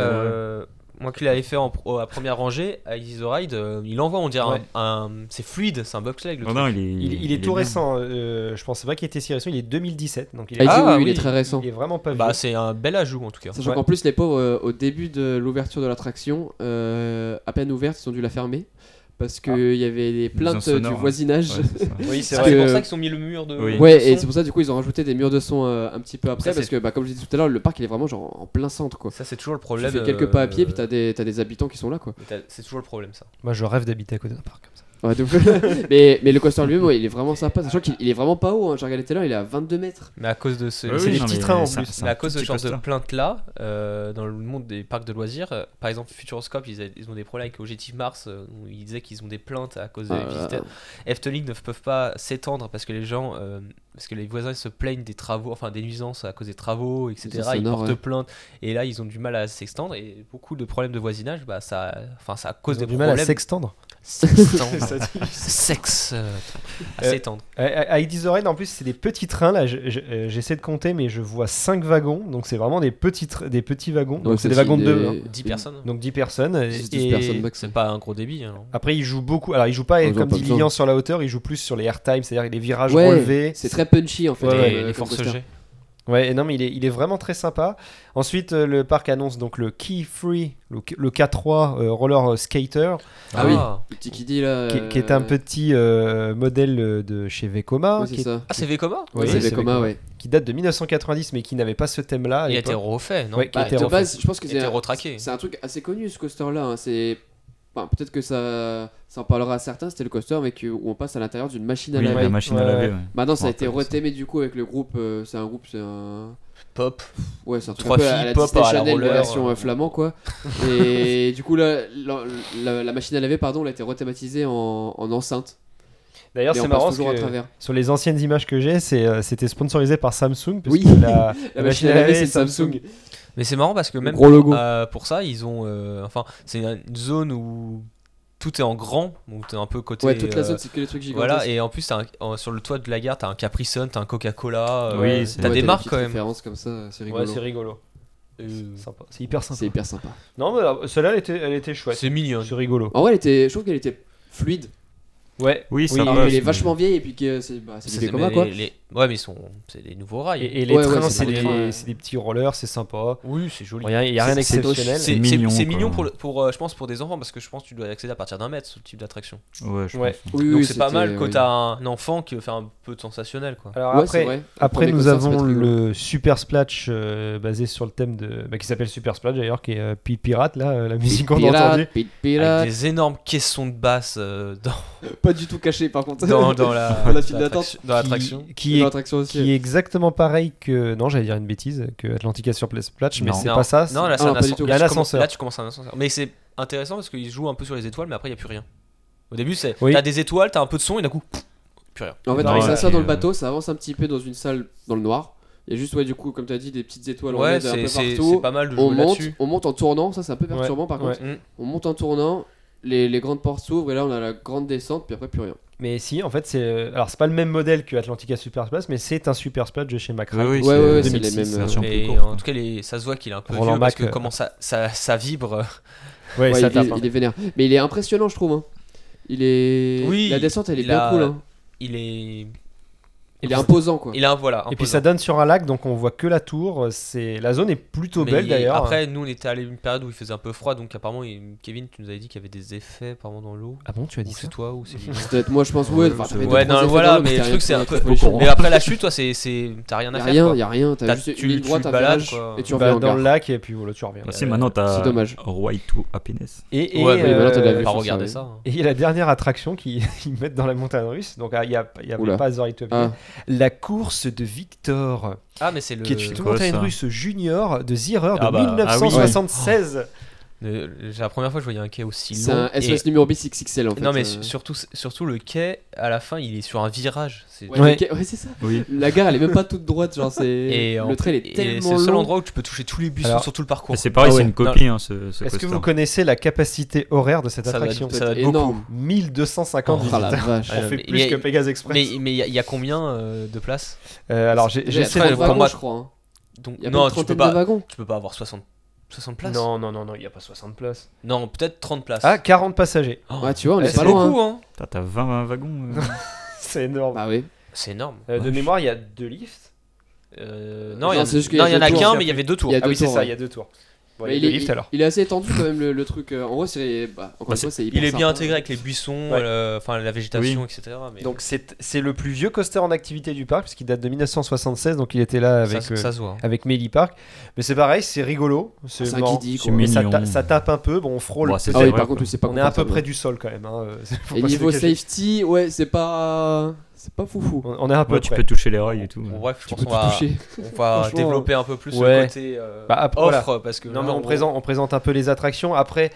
euh, moi qui l'avais fait en, pro- à première rangée, à Easy the Ride, euh, il envoie, on dirait, Ouais. un, un- c'est fluide, c'est un bobsleigh. le Non, truc. non, il est, Il, il est tout bien. récent, euh, je pensais pas qu'il était si récent, il est 2017, donc il Ah, il est, dit, Ah, oui, il est oui. très récent. il est vraiment pas Bah, vieux. c'est un bel ajout en tout cas. Sachant Ouais. qu'en plus, les pauvres, euh, au début de l'ouverture de l'attraction, euh, à peine ouverte, ils ont dû la fermer. Parce qu'il y avait des plaintes sonores, du hein. voisinage. Ouais, c'est ça. Oui, c'est Ah, Parce vrai. c'est que- Euh, pour ça qu'ils ont mis le mur de. Oui. de Ouais, et son. c'est pour ça, du coup, ils ont rajouté des murs de son euh, un petit peu après. Ça, parce que, bah, comme je disais tout à l'heure, le parc, il est vraiment genre en plein centre, quoi. Ça, c'est toujours le Tu problème. euh, fais quelques pas à pied, puis t'as des, t'as des habitants qui sont là, quoi. euh, t'as- C'est toujours le problème, ça. Moi je rêve d'habiter à côté d'un parc comme ça. [laughs] Ouais, de ouf. mais, mais le coaster lui-même, ouais, il est vraiment sympa. Sachant qu'il il est vraiment pas haut. Hein. J'ai regardé tout à l'heure, il est à 22 mètres. Mais à cause de ce. oui, des non, petits trains en plus. Mais à cause de ce genre de plainte-là, euh, dans le monde des parcs de loisirs, euh, par exemple Futuroscope, ils, a- ils ont des problèmes avec Objectif Mars, euh, où ils disaient qu'ils ont des plaintes à cause des Ah là là. visiteurs. Efteling ne peuvent pas s'étendre parce que les gens, euh, parce que les voisins se plaignent des travaux, enfin des nuisances à cause des travaux, Des etc. sonores, Ils portent ouais. plainte et là ils ont du mal à s'extendre et beaucoup de problèmes de voisinage, bah ça, enfin ça cause Ils ont des du mal problèmes. à s'extendre. [laughs] S'extendre. Sexe. euh, à Euh, s'étendre. À- À à Idy's Oreille, en plus, c'est des petits trains. Là, Je- je- euh, j'essaie de compter, mais je vois 5 wagons. Donc, c'est vraiment des petits, tr- des petits wagons. Donc, c'est des wagons de hein. 2. 10 personnes. Donc, 10 personnes. et- 10 et- personnes max. C'est pas un gros débit. hein. Après, ils jouent beaucoup. Alors, ils jouent pas Ils ont comme pas dit besoin. Lilian sur la hauteur, ils jouent plus sur les airtime, c'est-à-dire les virages Ouais, relevés. c'est très punchy en fait. Ouais, Les- ouais, euh, les comme forces coaster. G. Ouais, et non, mais il est, il est vraiment très sympa. Ensuite, euh, le parc annonce donc le Key Free, le, le K3 euh, roller skater, Ah oui. Le petit kiddy là. qui, qui est un euh, petit euh, modèle euh, de chez Vekoma, ouais, qui, c'est est- ça. Ah, c'est Vekoma Oui, c'est c'est Vekoma, ouais. qui date de 1990, mais qui n'avait pas ce thème-là. à Il a été Ah, l'époque. refait, non Ouais, qui Bah, a été de refait. base, je pense que Il a c'est été un- retraqué. c'est un truc assez connu ce coaster là. C'est. enfin, Peut-être que ça, ça en parlera à certains, c'était le coaster mais que- où on passe à l'intérieur d'une machine à Oui, laver. la machine à Ouais, laver. ouais. ouais. Maintenant, ça a Oh, Ouais, été comme ça. retémé du coup avec le groupe. euh, c'est un groupe, c'est un. Pop. Ouais, c'est un truc Trois un peu à filles, la pop, Disney à la Channel roller, version euh. euh, flamand quoi. Et [laughs] du coup, là, la, la- la machine à laver, pardon, elle a été rethématisée en, en enceinte. D'ailleurs, Mais c'est on passe marrant toujours parce à que travers. sur les anciennes images que j'ai, c'est, euh, c'était sponsorisé par Samsung. parce Oui. [laughs] que la, La machine à laver, c'est Samsung. Mais c'est marrant parce que même Gros logo. euh, pour ça, ils ont. euh, enfin, c'est une zone où tout est en grand, donc t'es un peu côté. Ouais, toute la euh, zone, c'est que les trucs gigantesques. voilà, et en plus, t'as un- en- sur le toit de la gare, t'as un Capri Sun, t'as un Coca-Cola. euh, Oui, c'est- t'as Ouais, des marques petites quand même. références comme ça, c'est Ouais, rigolo. c'est rigolo. Euh, Sympa. C'est hyper sympa. c'est hyper sympa. Non, mais euh, celle-là, elle était, elle était chouette. C'est mignon. C'est rigolo. En vrai, elle était, je trouve qu'elle était fluide. Ouais. Oui, ça Alors passe, qu'elle est mais- vachement vieille et puis que c'est bah, c'est Ça, du c'est- Vekoma, mais quoi. les- les- Ouais, mais ils sont. C'est des nouveaux rails. Et, et les Ouais, ouais, c'est trains, c'est des des, trains. c'est des petits rollers, c'est sympa. Oui, c'est joli. Il n'y a, y a rien C'est- c'est d'exceptionnel. C'est c'est- c'est mignon, mignon, quoi. pour, le- pour, euh, je pense pour des enfants parce que je pense que tu dois y accéder à partir d'un mètre ce type d'attraction. Ouais, je Ouais. pense. Oui, Donc oui, c'est pas c'était- mal quand oui. t'as un enfant qui veut faire un peu de sensationnel quoi. Alors Ouais, c'est après, vrai. après Prendre des nous coasters, ça peut avons être rigolo. le Super Splash euh, basé sur le thème de. bah, qui s'appelle Super Splash d'ailleurs, qui est euh, Pi- Pirate, là, euh, la musique qu'on a Pirate, entendue. Pit Avec Pirate. des énormes caissons de basse euh, dans, Pas du tout caché par contre. dans, [laughs] dans la, [laughs] Dans la file l'attraction- dans l'attraction. Dans Qui, qui est, l'attraction aussi. qui est exactement pareil que. Non, j'allais dire une bêtise, que Atlantica Super Splash, mais Non. c'est pas ça. c'est- Non, là, c'est Ah, un non, pas du ascen- tout. Il y là, a tu un commences- ascenseur. Là, tu commences un ascenseur. Mais c'est intéressant parce qu'ils jouent un peu sur les étoiles, mais après, il n'y a plus rien. Au début, c'est Oui. t'as des étoiles, t'as un peu de son, et d'un coup, plus rien. En fait, Non, on ouais, ça, ça puis, dans le euh, bateau, ça avance un petit peu dans une salle dans le noir. Il y a juste, ouais, du coup, comme t'as dit, des petites étoiles en ouais, LED un c'est peu c'est- partout. c'est pas mal de On jouer monte, là-dessus. on monte en tournant, ça c'est un peu Ouais, perturbant par ouais. contre. Mm. On monte en tournant, les, les grandes portes s'ouvrent et là on a la grande descente, puis après plus rien. Mais si, en fait, c'est. euh, Alors, c'est pas le même modèle que Atlantica Super Splash, mais c'est un Super Splash de chez Macra. Oui, oui, ouais, ouais, c'est c'est les 2006, mêmes. euh, version plus Mais courte, en quoi. tout cas, les- ça se voit qu'il est un peu Roland vieux parce Mac, que euh. comment ça, ça, ça vibre. euh, ouais, Ouais, ça il, est, tape. hein. il est vénère. Mais il est impressionnant, je trouve. hein. Il est. Oui, la descente elle est il bien a- cool. hein. Il est. Il est imposant quoi. Il a un voilà. Et puis imposant. ça donne sur un lac, donc on voit que la tour. euh, C'est la zone est plutôt Mais belle il- d'ailleurs. Après, nous, on était allé une période où il faisait un peu froid, donc apparemment, il- Kevin, tu nous avais dit qu'il y avait des effets apparemment dans l'eau. ah bon, tu as Ou c'est toi ou c'est [laughs] lui Ça doit être- moi je pense, ouais, enfin, ça fait deux, trois Ouais, non, effets dans voilà, l'eau, mais t'as le rien truc, c'est pour- un peu. pour les gens. Mais après la chute, toi, c'est. c'est- T'as rien Y à a faire. rien, quoi. y a rien, t'as T'as- juste tu- une ligne tu droite, te un balades, virage, quoi. et tu Bah, reviens en dans gare. le lac et puis voilà, tu reviens. Bah, si, maintenant t'as c'est dommage. Roy to Happiness. Et, et, ouais, mais euh, maintenant, t'as vu pas sur ça, regarder oui. ça. hein. et la dernière attraction qui- [laughs] qu'ils mettent dans la montagne russe, donc ah, il n'y a, il y avait Oula. pas Zoritopia, Ah. la course de Victor, Ah, mais c'est le. qui est une quoi, montagne ça russe junior de Zierer de hein. Ah bah, ah oui. Ah 1976. le- C'est la première fois que je voyais un quai aussi long. C'est un et- SOS numéro B6XL en fait. Non, mais euh. su- surtout, surtout le quai, à la fin, il est sur un virage. C'est- Ouais, Ouais. ok, ouais, c'est ça. Oui. La gare elle est même pas toute droite, genre c'est. [laughs] Et en- Le trail est et tellement C'est le seul long. endroit où tu peux toucher tous les bus Alors, sur tout le parcours. Et C'est pareil, Ah c'est ouais. une copie, hein, ce, Est-ce ce que coaster. vous connaissez la capacité horaire de cette Ça doit être- attraction ça doit être énorme. 1250 Oh la visiteurs. vache. Ouais, On fait mais- plus mais- que Pegasus Express. Mais il mais il y, a- il y a combien euh, de places Euh, alors j'ai- Déjà, il y a j'essaie très- de 30 pour wagons, moi- je crois. hein. Donc, Il y a Non, plus de tu peux, trentaine de pas, wagons. tu peux pas avoir 60, 60 places. Non, non, non, non, il n'y a pas 60 places. Non, peut-être 30 places. Ah, 40 passagers. Oh, Ouais, tu vois, on eh, est c'est pas loin. hein. beaucoup, hein. Putain, T'as 20 wagons. euh. [laughs] C'est énorme. Bah oui. C'est énorme. Euh, de Ouais. mémoire, il y a deux lifts. Euh, Non, non, il y, en- c'est juste qu'il y non, a il y en deux a tours. qu'un, mais il y avait deux tours. Il y a Ah deux oui, c'est tours, ça, ouais. il y a deux tours. Bon, Bah, il y a il, deux est, livres, alors. il est assez étendu quand même le, le truc. euh, en gros, c'est bah, encore Bah, une fois, c'est hyper Il est bien sympa. intégré avec les buissons, Ouais. le- enfin la végétation, etc. Mais Donc c'est c'est le plus vieux coaster en activité du parc, puisqu'il date de 1976, donc il était là ça, avec, euh, ça se voit. avec Melly Park. Mais c'est pareil, c'est rigolo. C'est C'est un marrant. kiddie, c'est quoi. Mais ça, Mignon. ta- ça tape un peu, bon on frôle. Bon, c'est Ah oui, vrai, par quoi. contre, oui, c'est pas on est à peu confortable. près du sol quand même. hein, [laughs] euh, faut Et pas se niveau le cacher. safety, ouais, c'est pas. C'est pas foufou. On on est à peu Ouais, tu près. peux toucher les rails et tout. Bon, bref, je Tu pense peux qu'on tout va, toucher. on va Franchement, développer un peu plus ouais. le côté euh, Bah, après, offre parce que Non, là, mais on, présente, on présente un peu les attractions. Après,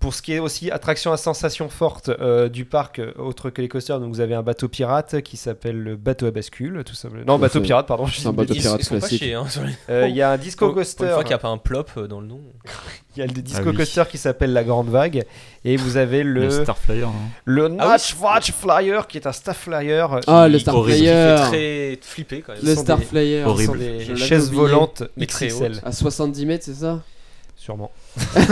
pour ce qui est aussi attraction à sensation forte euh, du parc, euh, autre que les coasters, donc vous avez un bateau pirate qui s'appelle le bateau à bascule, tout simplement. Non, Ouais, bateau c'est- pirate, pardon. je dis un une bateau ils, bêtise. pirate ils sont pas classique. chiés. Hein, sur les- Euh, Il y a un disco Pour- pour coaster. Une fois qu'il n'y a pas un plop euh, dans le nom. Il y a le disco Ah oui. coaster qui s'aelle la grande vague et vous avez Le, le Star Flyer. hein. le Ah oui. Notch Watch Flyer qui est un staff flyer. euh, Ah, Qui- le Star horrible. Qui Flyer. fait très flipper quand même. Le sont Star des- Flyer. Ce sont Horrible. des Je l'avais chaises oublié. volantes Mais très XXL, À 70 mètres, c'est [laughs] ça sûrement. Il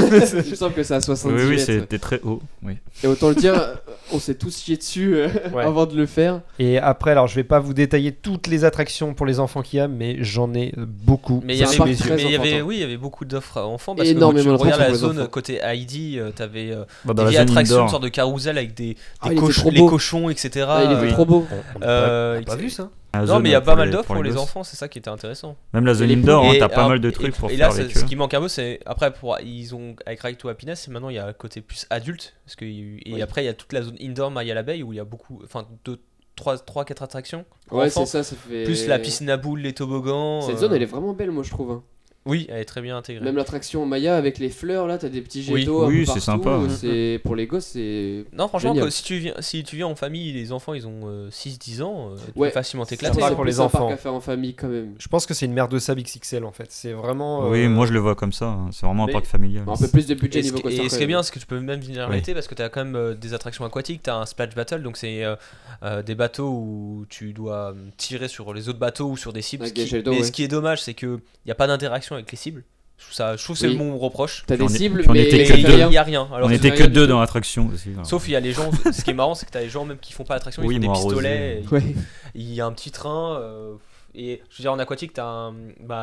me semble que c'est à 70 Oui, oui, mètres. c'était très haut. Oui. Et autant le dire, euh, on s'est tous chiés dessus euh, Ouais. avant de le faire. Et après, alors je vais pas vous détailler toutes les attractions pour les enfants qu'il y a, mais j'en ai beaucoup. Mais il y Ça avait, part mais très il y avait- enfantin. oui, il y avait beaucoup d'offres à enfants parce que Énormément quand tu d'offres regardes la pour les zone enfants. côté Heidi, euh, t'avais euh, des Bah, dans la vieilles zone attractions, une indoor. sorte de carousel avec des, des Ah, il était cochons, trop les beau. cochons, etc. Ah, il était Euh, trop beau. euh, pas vu ça La Non, zone mais il y a pour pas mal les- d'offres pour les gosses. enfants, c'est ça qui était intéressant. Même la zone les indoor, hein, Et t'as pas alors, mal de et- trucs pour et faire là, c'est- avec ce eux. qui manque un peu, c'est après pour ils ont avec Ride to Happiness, c'est maintenant il y a le côté plus adulte parce que et Oui. après il y a toute la zone indoor Maya la Bay où il y a beaucoup, enfin deux, trois, trois, quatre attractions pour Ouais, enfants, c'est ça, ça fait. plus la piscine à boules, les toboggans. Cette euh, zone, elle est vraiment belle, moi, je trouve. hein. Oui, elle est très bien intégrée. Même l'attraction Maya avec les fleurs, là, t'as des petits Oui. jetons. un Oui, peu c'est partout, sympa. c'est- Pour les gosses, c'est. Non, franchement, Génial. que si, tu viens, si tu viens en famille, les enfants ils ont euh, 6-10 ans, euh, tu Ouais. peux facilement t'éclater. Après, sympa c'est pour plus les un enfants. parc à faire en famille quand même. Je pense que c'est une mer de sable XXL en fait. C'est vraiment. euh, Oui, moi je le vois comme ça. hein. C'est vraiment un mais- parc familial. Un peu plus de budget Et ce, niveau qui- et coaster. ce quand qui est même. bien, c'est que tu peux même venir Oui. l'été parce que tu as quand même euh, des attractions aquatiques, tu as un splash battle, donc c'est euh, euh, des bateaux où tu dois euh, tirer sur les autres bateaux ou sur des cibles. Avec ce qui- des jets d'eau, mais ouais. ce qui est dommage, c'est qu'il n'y a pas d'interaction avec les cibles. Je trouve, ça, je trouve que c'est Oui. mon reproche. T'as Puis des on est- cibles, puis on mais était Mais que ça fait deux. il rien. n'y a rien. Alors, On que c'est- était ça que regarde deux du- dans l'attraction aussi. alors. Sauf il y a les gens, ce qui est marrant, c'est que tu as les gens même qui font pas l'attraction, Oui, ils ont moi, des pistolets, Rosé. ils- Ouais. il y a un petit train. euh, et je veux dire, en aquatique, tu as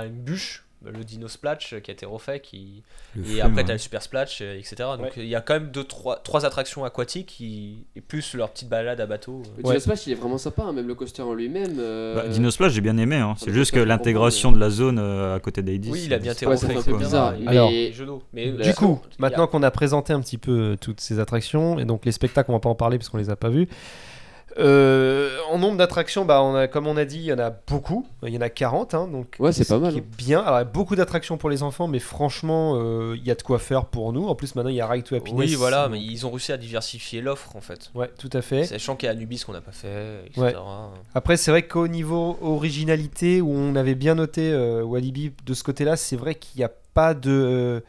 une bûche, le dino splash euh, qui a été refait, qui, Le et film, hein. après, t'as ouais. le Super Splash, euh, etc. Donc, il y a quand même deux, trois, trois attractions aquatiques qui... et plus leur petite balade à bateau. euh. Le Ouais. Dino Splash, il est vraiment sympa, hein, même le coaster en lui-même. euh, Bah, Dino Splash, j'ai bien aimé. hein. C'est Dino juste que Splash, l'intégration de la zone euh, à côté d'Aidis. Oui, il a bien c'est été ouais, ça refait, fait un etc. peu bizarre. Et- Alors, et mais- jeux d'eau. Mais du là, Du coup, il y a- maintenant qu'on a présenté un petit peu euh, toutes ces attractions, et donc les spectacles, on va pas en parler parce qu'on les a pas vus. euh, en nombre d'attractions, bah, on a, comme on a dit, il y en a beaucoup. Il y en a 40, hein, donc Ouais, c'est ce pas mal, qui est hein. bien. Alors, il y a beaucoup d'attractions pour les enfants, mais franchement, euh, il y a de quoi faire pour nous. En plus, maintenant, il y a Ride to Happiness. Oui, voilà, mais ils ont réussi à diversifier l'offre en fait. Ouais, tout à fait. Sachant qu'il y a Anubis qu'on n'a pas fait, etc. Ouais. Après, c'est vrai qu'au niveau originalité, où on avait bien noté euh, Walibi de ce côté-là, c'est vrai qu'il n'y a pas de. euh,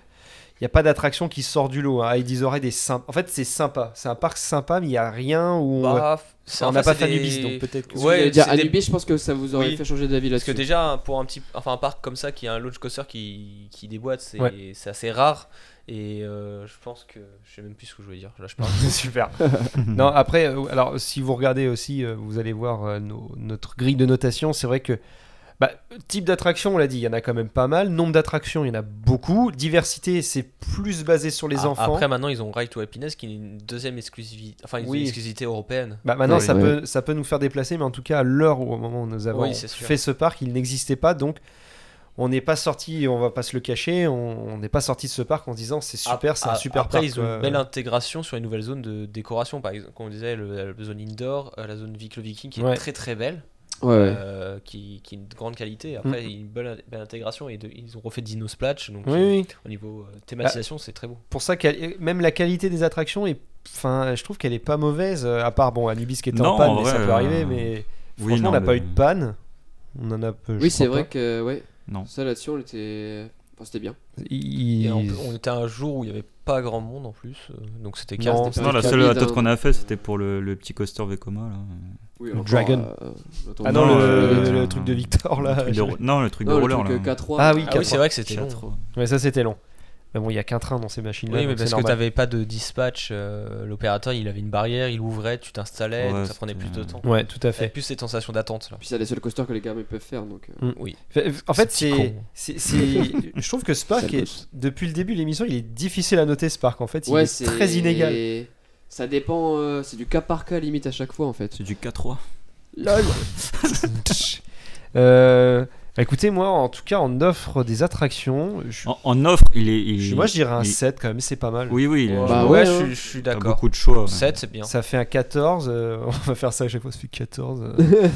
il y a pas d'attraction qui sort du lot. Hein. Heidi Zorhead est sympa. En fait, c'est sympa. C'est un parc sympa, mais il n'y a rien où. on- Bah, c'est- on enfin, n'a pas fait c'est des- Anubis, donc peut-être que. Parce que Ouais, j'allais dire c'est des- Anubis, je pense que ça vous aurait Oui. fait changer d'avis Parce que là-dessus. déjà, pour un petit, enfin un parc comme ça qui a un launch coaster qui, qui déboîte, c'est Ouais. c'est assez rare. Et euh, je pense que je sais même plus ce que je voulais dire. Là, je parle. [laughs] [laughs] Super. [laughs] non, après, euh, alors si vous regardez aussi, euh, vous allez voir euh, nos- notre grille de notation. C'est vrai que bah, type d'attraction, on l'a dit, il y en a quand même pas mal. Nombre d'attractions, il y en a beaucoup. Diversité, c'est plus basé sur les A- enfants. Après, maintenant, ils ont Right to Happiness qui est une deuxième exclusivité, enfin, une Oui. exclusivité européenne. Bah, maintenant, Oui. ça, Ouais. peut, ça peut nous faire déplacer, mais en tout cas, à l'heure où, au moment où nous avons Oui, c'est sûr. fait ce parc, il n'existait pas. Donc, on n'est pas sorti, on va pas se le cacher, on on n'est pas sorti de ce parc en se disant c'est super, Ap- c'est un a- super Après, parc. euh. ils ont quoi. une belle intégration sur les nouvelles zones de décoration, par exemple, comme on disait, le- la zone indoor, euh, la zone Viclo Viking qui Ouais. est très très belle, Ouais, ouais. euh, qui, qui est de grande qualité. Après, Mm. il y a une belle, belle intégration et de- ils ont refait Dino Splash, donc Oui, euh, oui. au niveau euh, thématisation, c'est très beau. Pour ça, qu'elle- même la qualité des attractions, est, enfin, je trouve qu'elle est pas mauvaise, euh, à part bon, Anubis qui était Non, en panne, en mais vrai, ça peut euh, arriver. Mais Oui, franchement, non, on n'a pas mais- eu de panne. On en a peu. je Oui, c'est crois vrai pas. que ouais. Non. ça là-dessus, on était. enfin, c'était bien. Il- Et on, on était à un jour où il n'y avait pas grand monde en plus, euh, donc c'était Non, calme. c'était c'était Non, pas la le seule cabide, attente hein. qu'on a fait, c'était pour le, le petit coaster Vekoma. Là. Oui, Le encore, Dragon. euh, l'autre- Ah non, Non, le, euh, le truc de Victor là. Le truc de- Non, le truc Non, de le roller. truc, euh, là. K3. Ah oui, Ah oui, c'est vrai que c'était long. K3. Mais ça, c'était long. Mais bon, il n'y a qu'un train dans ces machines-là. Oui, mais donc parce c'est que normal. t'avais pas de dispatch, euh, l'opérateur il avait une barrière, il ouvrait, tu t'installais, Ouais, donc ça c'était- prenait plus de temps. Ouais, tout à Et fait. plus ces sensations d'attente là. Puis c'est les seuls coasters que les gamins peuvent faire. Donc, euh, Fait- En fait, C'est c'est. con. c'est- c'est- Je trouve que Spark, Ça est- bosse. depuis le début de l'émission, il est difficile à noter Spark. En fait, il ouais, est très inégal. Ça dépend, euh, c'est du cas par cas limite à chaque fois en fait. C'est du K3. Ah, [laughs] Euh, bah, écoutez, moi, en tout cas, en offre des attractions, je- En, en offre, il est. Oh, il- je- moi, je dirais un il- 7 quand même, c'est pas mal. Oui, oui, il est- Bah ouais, ouais, je, hein. suis- je suis t'as d'accord. beaucoup de choix. ouais. 7, c'est bien. Ça fait un 14. euh, [laughs] on va faire ça à chaque fois, ça fait 14. [laughs] euh.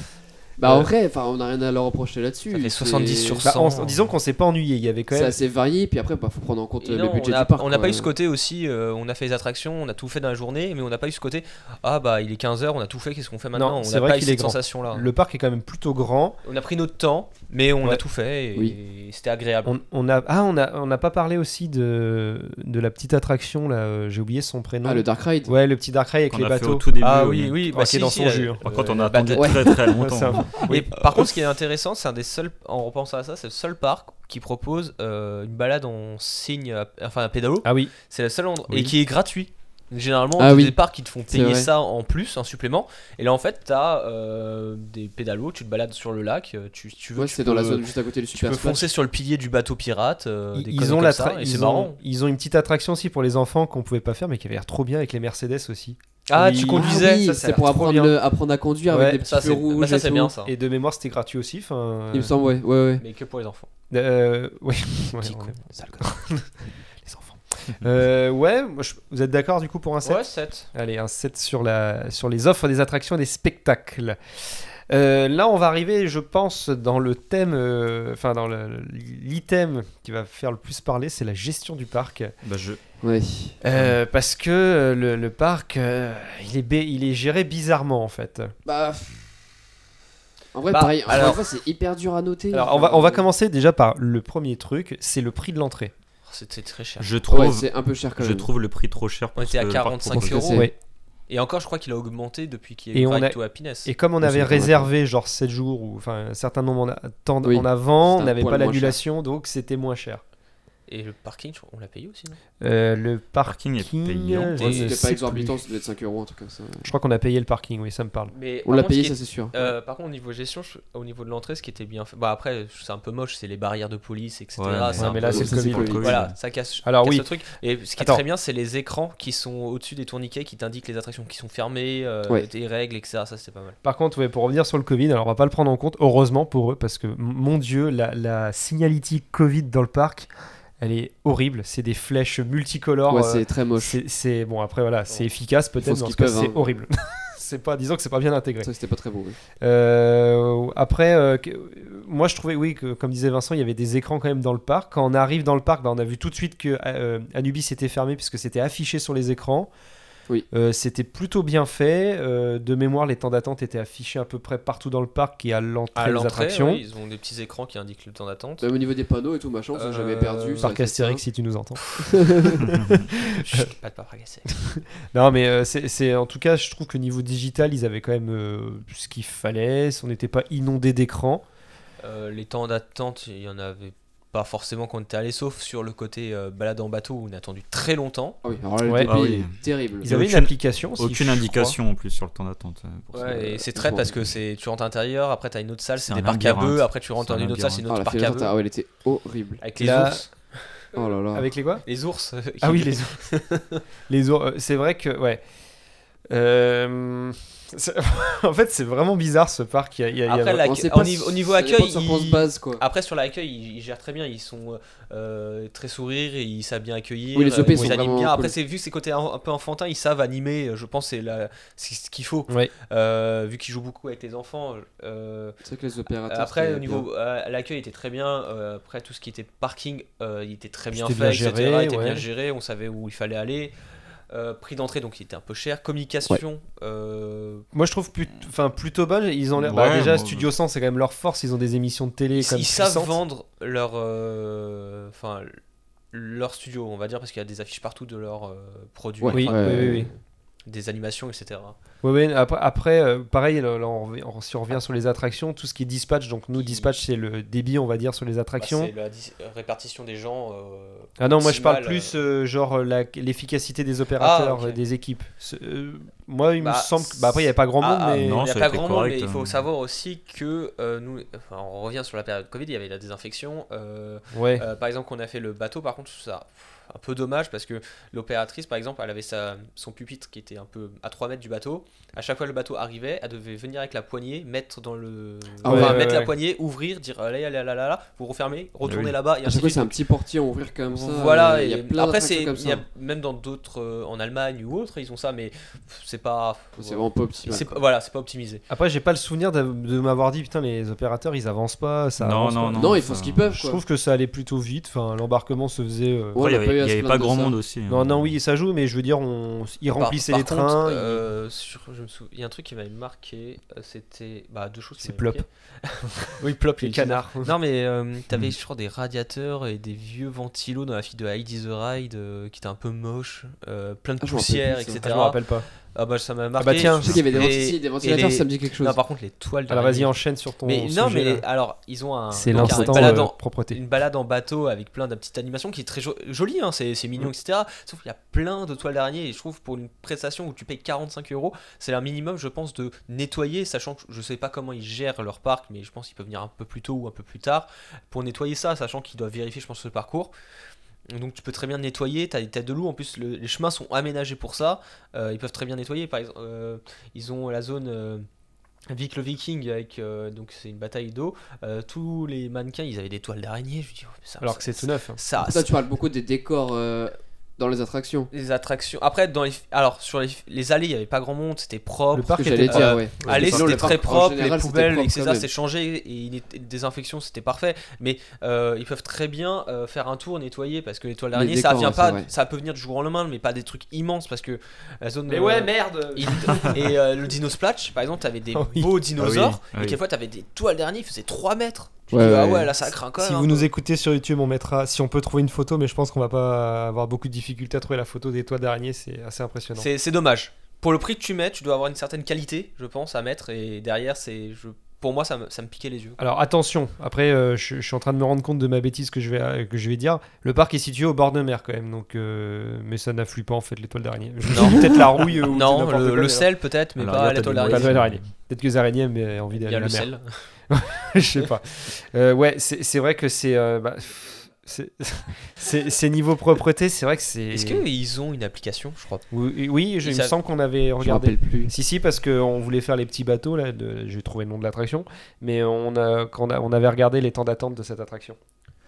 Bah en Euh, vrai, enfin, on a rien à leur reprocher là-dessus. Ça fait c'est- 70 sur Bah, en, 100. en disant qu'on s'est pas ennuyé, il y avait quand C'est même. assez varié, puis après, bah, faut prendre en compte Et euh, non, le budget on a- du parc. on n'a quoi. pas eu ce côté aussi, euh, on a fait les attractions, on a tout fait dans la journée, mais on n'a pas eu ce côté, ah bah il est 15h, on a tout fait, qu'est-ce qu'on fait maintenant Non, On c'est n'a vrai pas eu qu'il est cette grand. sensation là. Le parc est quand même plutôt grand. On a pris notre temps, mais on Ouais. a tout fait et Oui. c'était agréable. On, on a ah on a on n'a pas parlé aussi de de la petite attraction là. euh, J'ai oublié son prénom. Ah, le Dark Ride Ouais, le petit dark ride avec Qu'on les a fait au bateaux. tout début. Ah au- oui, oui, Ah, bah, qui si, est dans si, son la- jus, hein. Par euh, contre, on la a attendu bataille. très très Ça, longtemps. Et par contre, ce qui est intéressant, c'est un des seuls, en repensant à ça, c'est le seul parc qui propose euh, une balade en signe, à- enfin à pédalo. Ah oui. C'est le seul endroit Oui. et qui est gratuit. Généralement, Ah tous oui. les parcs ils te font C'est payer vrai. ça en plus, un supplément. Et là, en fait, t'as euh, des pédalos, tu te balades sur le lac, euh, tu, tu veux. Ouais, tu c'est dans la peux- zone juste à côté du Tu Super peux Splash. foncer sur le pilier du bateau pirate. euh, des Ils, conneries ont comme la ça, tra- et ils c'est ont- marrant. Ils ont une petite attraction aussi pour les enfants qu'on pouvait pas faire mais qui avait l'air trop bien avec les Mercedes aussi. Ah, Oui. tu Ah conduisais, oui, ça, ça a c'est l'air pour trop apprendre, bien. le- apprendre à conduire Ouais, avec des petits Ça, feux c'est rouges. bah, ça, et c'est tout. bien ça. Et de mémoire c'était gratuit aussi. Enfin. Il me semble, ouais, ouais, ouais. Mais que pour les enfants. Euh, oui. Ouais, [laughs] Petit on- con. les enfants. Euh, ouais, moi, je- vous êtes d'accord du coup pour un 7 Ouais, 7. Allez, un 7 sur, la, sur les offres des attractions et des spectacles. Euh, là, on va arriver, je pense, dans le thème, euh, enfin, dans le- l'item qui va faire le plus parler, c'est la gestion du parc. Bah, je- Ouais. Euh, parce que euh, le, le parc, euh, il, est ba- il est géré bizarrement, en fait. Bah. En vrai, Bah, pareil, encore alors- une fois, c'est hyper dur à noter. Alors, on va, on Enfin, va euh, commencer déjà par le premier truc, c'est le prix de l'entrée. C'était très cher. je Ouais, trouve, c'est un peu cher quand je même. trouve le prix trop cher. On pour était ce à que le parc 45 propose. propose. euros. Ouais. Et encore, je crois qu'il a augmenté depuis qu'il y a Et eu on Ride a- to Happiness. Et comme on Je avait sais pas. réservé genre 7 jours ou enfin un certain nombre en, a- temps Oui, en avant, c'était on un n'avait pas poil moins cher. l'annulation, donc c'était moins cher. Et le parking, je crois, on l'a payé aussi, non Euh, le Parking est parking, payant. je Ouais, ne C'était sais pas exorbitant, plus. ça devait être 5 euros, un truc comme ça. Je crois qu'on a payé le parking, oui, ça me parle. Mais On par l'a contre, ce qui payé, est- ça c'est sûr. Euh, par contre, au niveau gestion, je- au niveau de l'entrée, ce qui était bien fait. Bah, après, c'est un peu moche, c'est les barrières de police, etc. Ouais, mais- c'est Ouais, un mais peu- là, c'est ça, le c'est Covid. pour le Covid. Voilà, ça casse, Alors casse oui. le truc. Et ce qui Attends. est très bien, c'est les écrans qui sont au-dessus des tourniquets qui t'indiquent les attractions qui sont fermées, euh, Ouais. des règles, etc. Ça, c'était pas mal. Par contre, ouais, pour revenir sur le Covid, alors on va pas le prendre en compte, heureusement pour eux, parce que m- mon Dieu, la, la signalétique Covid dans le parc, elle est horrible. C'est des flèches multicolores. Ouais, euh, c'est très moche. c'est c'est- bon après voilà, c'est efficace peut-être, ce mais en qu'ils tout cas, peuvent, c'est hein. horrible. [laughs] c'est pas, disons que c'est pas bien intégré. Ça, c'était pas très beau. ouais. Euh, après, euh, que- euh, moi je trouvais, oui, que, comme disait Vincent, il y avait des écrans quand même dans le parc. Quand on arrive dans le parc, bah, on a vu tout de suite que euh, Anubis était fermé puisque c'était affiché sur les écrans. Oui. Euh, c'était plutôt bien fait. Euh, de mémoire, les temps d'attente étaient affichés à peu près partout dans le parc et à l'entrée À des l'entrée, attractions. oui, ils ont des petits écrans qui indiquent le temps d'attente. Même au niveau des panneaux et tout, machin, ça Euh, j'avais perdu. ça, Parc c'est Astérix, ça. si tu nous entends. Chut, pas de paparagacer. Non, mais euh, c'est- c'est en tout cas, je trouve que niveau digital, ils avaient quand même euh, ce qu'il fallait. On n'était pas inondé d'écrans. Euh, les temps d'attente, il y en avait pas forcément quand on était allé, sauf sur le côté euh, balade en bateau où on a attendu très longtemps. Ah oui, alors là, le Ouais. DP, Ah il est oui. terrible. Ils avaient une aucune- application. aussi, je Aucune crois. indication en plus sur le temps d'attente. euh, pour ça. Ouais, et c'est ils traite sont- parce que c'est tu rentres à l'intérieur, après t'as une autre salle, C'est c'est un des parcs à labyrinthe. bœufs, après tu rentres C'est dans un une autre salle, c'est une Ah, autre la parc file à d'attente, bœufs. ah ouais, elle était horrible. Avec les Là- ours. Oh là là. Avec les quoi Les ours. euh, qui- Ah oui, les ours. [laughs] les ours, euh, c'est vrai que, ouais. Euh, c'est- [laughs] en fait, c'est vraiment bizarre ce parc. Il y a- il y a- il y a Après, vra- la- On sait au pas niveau- si- au niveau ça dépend de accueil, sa France ils- base, quoi. Après, sur l'accueil, ils, ils gèrent très bien. Ils sont euh, très sourires et ils savent bien accueillir. Oui, les OP euh, ils sont animent vraiment bien. Après, cool. c'est vu que c'est côté un, un peu enfantin, ils savent animer. Je pense que c'est la- c'est ce qu'il faut. Ouais. Euh, vu qu'ils jouent beaucoup avec les enfants. euh, C'est vrai que les opérateurs. après, c'était au bien. niveau euh, l'accueil était très bien. euh, après, tout ce qui était parking, euh, il était très bien fait, C'était bien etc. géré, il était ouais. bien géré. On savait où il fallait aller. Euh, prix d'entrée, donc il était un peu cher. Communication, euh, Moi, je trouve plut- enfin, plutôt bonne. Ils ont l'air. bah, Ouais, déjà, bon, Studio 100, c'est quand même leur force. Ils ont des émissions de télé ils, comme ils savent puissantes. vendre leur euh, enfin leur studio on va dire parce qu'il y a des affiches partout de leurs euh, produits Ouais. Oui, Ouais. oui, oui, oui. des animations, etc. Ouais, ouais, après, après, euh, pareil, là, là, on revient- on- si on revient sur les attractions, tout ce qui est dispatch, donc nous, dispatch, c'est le débit, on va dire, sur les Bah, attractions. c'est la dis- répartition des gens. euh, ah non, moi je parle maximale, plus euh, genre euh, la- l'efficacité des opérateurs, Ah, ok. euh, des équipes. C'est- euh, moi, il Bah, me semble que. Bah, après, il n'y avait pas grand monde, Ah, ah, mais. non. il n'y a ça a pas été grand monde, correct, mais il faut hein. savoir aussi que euh, nous, enfin, on revient sur la période Covid, il y avait la désinfection. euh, Ouais. euh, par exemple, on a fait le bateau, par contre, ça, pff, un peu dommage parce que l'opératrice, par exemple, elle avait sa, son pupitre qui était un peu à 3 mètres du bateau. À chaque fois que le bateau arrivait, elle devait venir avec la poignée, mettre dans le, Ah enfin, ouais, ouais, mettre la ouais. poignée, ouvrir, dire allez, allez, là, là, là, vous refermez, retournez oui. là-bas. Et À chaque ainsi de fois, suite. c'est un petit portier à ouvrir comme ça. Voilà, euh, il y et a plein après, d'attractions c'est comme ça. il y a même dans d'autres, euh, en Allemagne ou autre, ils ont ça, mais pff, c'est pas. C'est vraiment pas optimal. c'est pas- voilà, c'est pas optimisé. Après, j'ai pas le souvenir de, de m'avoir dit, putain, les opérateurs, ils avancent pas, ça Non, avance non, pas. non. Non, ils font ça- ce qu'ils peuvent, Je quoi. trouve que ça allait plutôt vite, enfin, l'embarquement se faisait. euh, Ouais, Après, il on a n'y pas eu à avait, il y se avait plaindre pas de grand ça. monde aussi. hein. Non, non, oui, ça joue, mais je veux dire, on... ils Par- remplissaient par les contre, trains. ils- euh, sur- je me souviens, il y a un truc qui m'avait marqué, euh, c'était bah, deux choses. qui C'est m'avaient plop. marqué. Oui, plop, les les canards. [laughs] Ah, Non mais euh, t'avais Hmm. je crois des radiateurs et des vieux ventilos dans la fille de Heidi the Ride euh, qui était un peu moche, euh, plein de Ah, je me rappelle poussière, plus de ça. etc. Ah, je me rappelle pas. Ah, bah ça m'a marqué. bah, tiens. Je sais qu'il y avait des, Et- ventilateurs, des ventilateurs, et les- ça me dit quelque chose. Non par contre les toiles. Alors d'araignée. vas-y, enchaîne sur ton. Mais non sujet, mais là. alors ils ont un. C'est donc, ah, un l'instant balade euh, en- propreté. une balade en bateau avec plein de petites animations qui est très jo- jolie, hein, c'est c'est mignon, etc. Sauf qu'il y a plein de toiles d'araignée et je trouve pour une prestation où tu payes 45 euros, c'est un minimum, je pense, de nettoyer, sachant que je sais pas comment ils gèrent leur parc, mais je pense qu'ils peuvent venir un peu plus tôt ou un peu plus tard pour nettoyer ça, sachant qu'ils doivent vérifier, je pense, le parcours. Donc tu peux très bien nettoyer, t'as des têtes de loup, en plus le- les chemins sont aménagés pour ça, Euh, ils peuvent très bien nettoyer, par exemple, euh, ils ont la zone euh, Vic le Viking avec, euh, donc c'est une bataille d'eau, Euh, tous les mannequins ils avaient des toiles d'araignée, je me dis, oh, mais ça, Alors ça- que c'est tout neuf. hein. ça, Toi, tu parles beaucoup des décors euh, dans les attractions. les attractions, après dans les, alors sur les, les allées il y avait pas grand monde, c'était propre, Le C'est ce parc que était j'allais propre. dire, Euh, ouais. Allez, Non, le c'était parc, très en propre, général, les c'était poubelles, propre etc. quand même. C'est changé et il est- désinfection, c'était parfait. Mais euh, ils peuvent très bien euh, faire un tour, nettoyer parce que les toiles Les d'araignée, ça décors, vient ouais, pas, c'est vrai. ça peut venir du jour au lendemain, mais pas des trucs immenses parce que la zone. euh, merde il- et euh, le dino splash, par exemple, t'avais des [laughs] Ah oui. beaux dinosaures Ah oui, ah et oui. quelquefois t'avais des toiles d'araignée, ils faisaient 3 mètres. Tu Ouais, dis, ah ouais. ouais, là ça craint quand même. Si un vous peu. nous écoutez sur YouTube, on mettra. Si on peut trouver une photo, mais je pense qu'on va pas avoir beaucoup de difficultés à trouver la photo des toits d'araignée, c'est assez impressionnant. C'est c'est dommage. Pour le prix que tu mets, tu dois avoir une certaine qualité, je pense, à mettre et derrière, c'est. je- Pour moi, ça me, ça me piquait les yeux. Alors attention, après euh, je, je suis en train de me rendre compte de ma bêtise que je vais, euh, que je vais dire. Le parc est situé au bord de mer quand même, donc euh, mais ça n'afflue pas en fait l'étoile d'araignée. Je- Non. Peut-être la rouille euh, ou non, n'importe le, quoi, le mais sel peut-être, mais Alors, pas là, la t'as toile des alors, d'araignée. Pas de d'araignée. l'araignée. Peut-être que les araignées aiment envie Il d'aller y à a la le mer. sel. [laughs] Je sais pas. Euh, ouais, c'est c'est vrai que c'est euh, bah, c'est- c'est c'est niveau propreté, c'est vrai que c'est. Est-ce qu'ils ont une application Je crois. Oui, oui, je, il Ils me savent- semble qu'on avait Je me regardé. rappelle plus. Si si parce qu'on voulait faire les petits bateaux là, de- j'ai trouvé le nom de l'attraction, mais on a, qu'on a- on avait regardé les temps d'attente de cette attraction.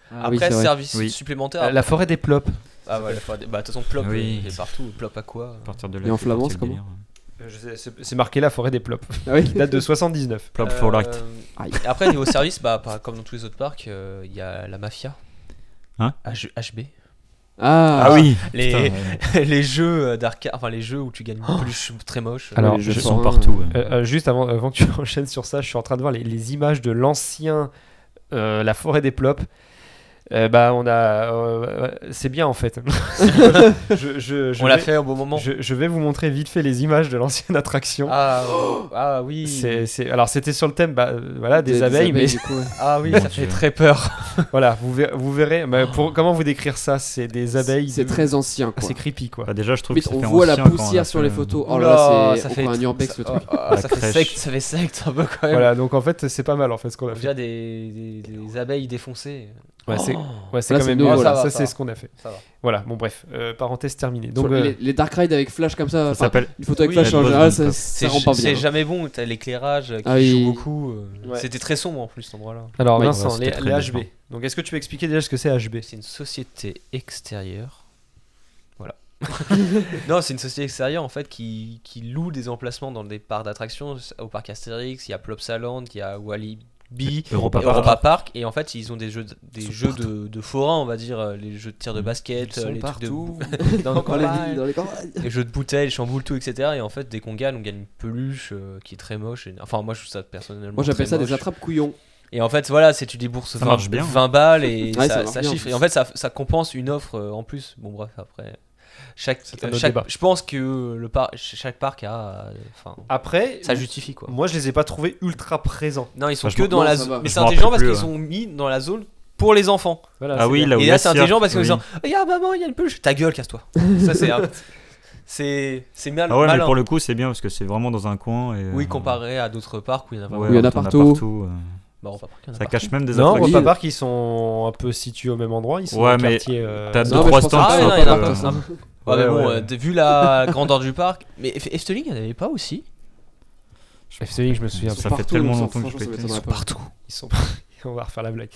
Ah oui, Après, c'est vrai. service Oui. supplémentaire. Euh, la forêt des plops. Ah ouais, la fois- bah, de toute façon, plop, Oui. il est partout. Plop à quoi À partir de là, Et en c'est parti flamand, le c'est comment délire. Euh, je sais- C'est c'est marqué la forêt des plops. [laughs] Ah oui. Date de 79. Plop Euh, for light. Aïe. Après, niveau service, bah, pas- comme dans tous les autres parcs, euh, il y a la mafia. Hein H- HB. Ah, Ah oui Les, putain, [laughs] ouais. les jeux euh, d'arcade, enfin les jeux où tu gagnes une peluche très moche. Ouais, Alors, Ah, les jeux Ils je- sont forains, partout. ouais. Euh, euh, juste avant, avant que tu [laughs] enchaînes sur ça, je suis en train de voir les, les images de l'ancien euh, la forêt des plops. Euh, bah on a, euh, c'est bien en fait. je, je- je On vais, l'a fait au bon moment. Je, je vais vous montrer vite fait les images de l'ancienne attraction. Ah, ah oui. C'est- c'est- alors c'était sur le thème, bah, euh, voilà, des, abeilles, du coup, ouais. Ah oui, Mon ça fait Dieu. très peur. mais [laughs] voilà, vous verrez, vous verrez bah, pour, comment vous décrire ça C'est des abeilles. C'est de- très ancien, Ah, quoi. c'est creepy quoi. Bah, déjà, je trouve Vite, que ça on fait voit la ancien quand on poussière a sur fait les le- photos. Oh Oula, là là, ça c'est on fait prend un urbex, ça, le truc. ah, La ça, fait crèche. secte, ça fait secte un peu quand même. Voilà, donc en fait c'est pas mal en fait ce qu'on On a fait. dirait des, des, des abeilles défoncées. Ouais, c'est Oh. ouais, c'est Là, quand c'est même nouveau, bien, là. ça, Ça va, ça, ça c'est va. ce qu'on a fait. Ça va. Voilà, bon bref, euh, parenthèse terminée. Donc Sur- euh, les, les dark rides avec flash comme ça, Ça enfin, s'appelle. une photo avec Oui, flash en Bad général, Buzz, ça, quoi. ça C'est rend pas c'est bien. hein. jamais bon, t'as l'éclairage qui Ah, il- joue beaucoup. euh. Ouais. C'était très sombre en plus cet endroit-là. Alors Ouais, Vincent, ouais, c'était les, très les bien. HB. Donc est-ce que tu peux expliquer déjà ce que c'est HB C'est une société extérieure. [laughs] Voilà. non, c'est une société extérieure en fait qui, qui loue des emplacements dans des parcs d'attractions. Au parc Astérix, il y a Plopsaland, il y a Walibi. Europa et Park. Europa Park et en fait ils ont des jeux de- des sont jeux de, de forains on va dire euh, les jeux de tir de Ils basket euh, les trucs de [laughs] Dans dans nos les campagnes, villes, dans les campagnes. [laughs] les jeux de bouteilles chamboule tout etc et en fait dès qu'on gagne on gagne une peluche euh, qui est très moche et- enfin moi je trouve ça personnellement Moi, j'appelle ça très des moche. attrapes couillons. Et en fait, voilà, c'est tu débourses Ça 20, marche bien. hein. 20 balles et Ouais, ça marche ça, ça bien, en chiffre. plus. Et en fait, ça, ça compense une offre euh, en plus. Bon, bref, après. Chaque, C'est un autre chaque- débat. je pense que le par- chaque parc a. euh, Enfin, [laughs] Après, ça justifie quoi. moi je les ai pas trouvés ultra présents. Non, ils sont Enfin, je que m'en- dans non, ça la va. zone. Mais Je c'est m'en intelligent parce rappelle qu'ils plus, hein. sont mis dans la zone pour les enfants. Voilà, Ah oui, là où Et il y là, a c'est intelligent Cirque, parce qu'ils oui. disent Regarde, Ah, maman, il y a une peluche. Ta gueule, casse-toi. Ça, c'est. [laughs] un- C'est c'est mal. Ah ouais, mais malin. pour le coup, c'est bien parce que c'est vraiment dans un coin. Et, Oui, euh, comparé à d'autres parcs où il y en a ouais, vraiment. il y en a t'en as partout. euh. Bah, on va pas parler, il y en a Ça partout. cache même des Non, attractions. Europa Park, ils sont un peu situés au même endroit. Ils sont Ouais, dans mais le quartier. euh, t'as non, deux, mais trois je pense stands que Ah, c'est ouais, un non, pas peu, il y en a comme pas. ça. Ouais, mais Ouais, bon, ouais. euh, vu la [laughs] grandeur du parc. Mais F- Efteling, il n'y en avait pas aussi FC, je me souviens. Ils Ça sont fait partout, tellement ils sont- longtemps que je franchement, ça pétais. m'étonnerait pas. Partout. Ils sont... [laughs] On va refaire la blague.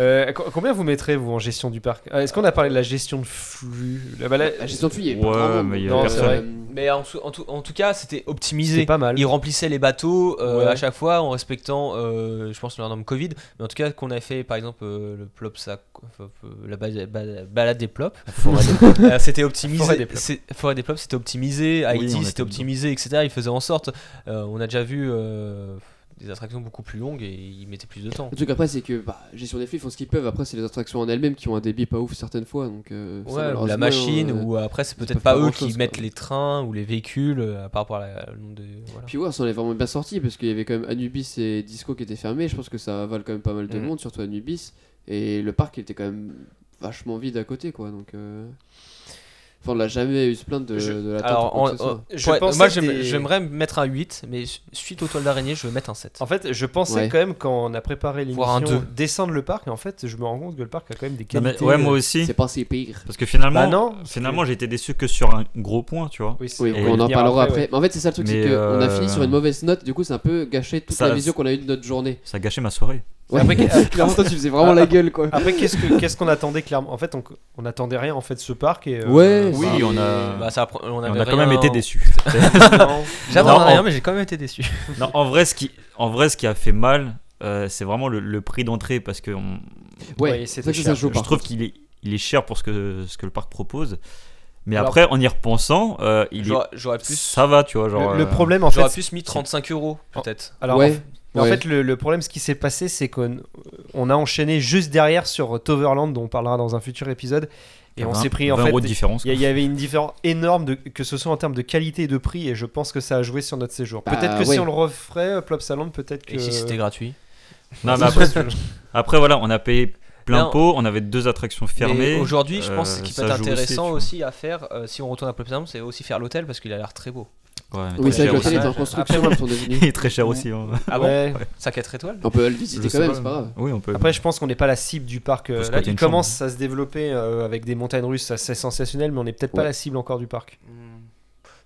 Euh, co- combien vous mettrez vous en gestion du parc Euh, Est-ce qu'on a parlé de la gestion de flux Là, bah, là, La gestion de fuite, Ah, il y a Ouais, pas grand mais il y a monde. personne. euh, Mais en, sou- en tout, en tout cas, c'était c'est optimisé. pas mal. Ils remplissaient les bateaux euh, Ouais. à chaque fois en respectant, euh, je pense, leur norme Covid. Mais en tout cas, qu'on a fait, par exemple, euh, le plop, ça, enfin, euh, la base- ba- balade des plops. [laughs] Euh, c'était optimisé. Forêt des Plops. c'est- Forêt des Plops, c'était optimisé. Oui, Haïti, on était c'était optimisé, etc. Ils faisaient en sorte. euh, on a déjà vu euh, des attractions beaucoup plus longues et ils mettaient plus de temps. Le truc après, c'est que bah, gestion des flux, ils font ce qu'ils peuvent. Après, c'est les attractions en elles-mêmes qui ont un débit pas ouf certaines fois. Donc, euh, ça, Ouais, ou la malheureusement, machine, euh, ou après, c'est peut-être peuvent pas pas eux grand-chose, qui quoi. mettent les trains ou les véhicules euh, par rapport à la- au nombre de. voilà. Puis ouais, on s'en est vraiment bien sorti parce qu'il y avait quand même Anubis et Disco qui étaient fermés. Je pense que ça avale quand même pas mal de Mm. monde, surtout Anubis. Et le parc, il était quand même vachement vide à côté, quoi. Donc, euh, enfin, on n'a jamais eu se plaindre de, Je- de la Alors, en- en- Je ouais, pensais moi que j'aime- des- j'aimerais mettre un 8, mais su- suite aux toiles d'araignée, je vais mettre un 7. En fait, je pensais Ouais. quand même quand on a préparé Voire un l'émission deux. descendre le parc, et en fait, je me rends compte que le parc a quand même des Non, qualités. mais- Ouais, moi aussi. C'est pas si pire. Parce que finalement, Bah non. parce que- finalement j'ai été déçu que sur un gros point, tu vois. Oui, c'est- Oui, Et on en venir parlera après, après. Mais en fait, c'est ça le truc, Mais, c'est qu'on a euh, fini sur une mauvaise note. Du coup, c'est un peu gâché toute ça- la vision qu'on a eue de notre journée. Ça a gâché ma soirée. Ouais. Après, [laughs] qu'est- Clairement, toi, tu faisais vraiment la gueule, quoi. Après, qu'est-ce que- qu'est-ce qu'on attendait clairement En fait, on, on attendait rien en fait de ce parc. Et, euh, Ouais, [laughs] oui, bah, on a- mais- Bah, ça, appre- on, Et On, avait a quand rien- même été déçus. non. J'attendais Non, rien, en- mais j'ai quand même été déçu. non, en vrai, ce qui, en vrai, ce qui a fait mal, euh, c'est vraiment le, le prix d'entrée parce que on- Ouais, Ouais, c'est c'était ça que ça cher. joue je par trouve qu'il est, il est cher pour ce que, ce que le parc propose. Mais Alors- après, en y repensant, euh, il est- J'aurais- J'aurais plus, ça va, tu vois. Genre, Le, le euh, problème en fait. j'aurais plus mis 35 euros, peut-être. Alors, en ouais. Mais Ouais. En fait, le, le problème, ce qui s'est passé, c'est qu'on on a enchaîné juste derrière sur Toverland, dont on parlera dans un futur épisode. Et on 20 s'est pris en 20 fait. euros de différence. Il y, a- il y avait une différence énorme, de, que ce soit en termes de qualité et de prix, et je pense que ça a joué sur notre séjour. Bah, peut-être que ouais. si on le referait, euh, Plopsaland, peut-être que. Et si c'était gratuit [laughs] Non, mais après, après, voilà, on a payé plein Non. pot, on avait deux attractions fermées. Mais Aujourd'hui, je pense euh, que ce qui peut ça être joue aussi, intéressant tu vois. aussi, à faire, euh, si on retourne à Plopsaland, c'est aussi faire l'hôtel parce qu'il a l'air très beau. Ouais, mais Oui, très c'est vrai que cher l'hôtel [laughs] aussi. est en construction, ils sont devenus. Il est très cher aussi. hein. Ah bon Ouais. Ça 4 étoiles On peut le Je visiter sais quand même, pas. c'est pas grave. Oui, on peut. Après, je pense qu'on n'est pas la cible du parc. euh, Faut se là, coter il une commence à se développer euh, avec des montagnes russes, ça, c'est sensationnel, mais on n'est peut-être pas Ouais. la cible encore du parc.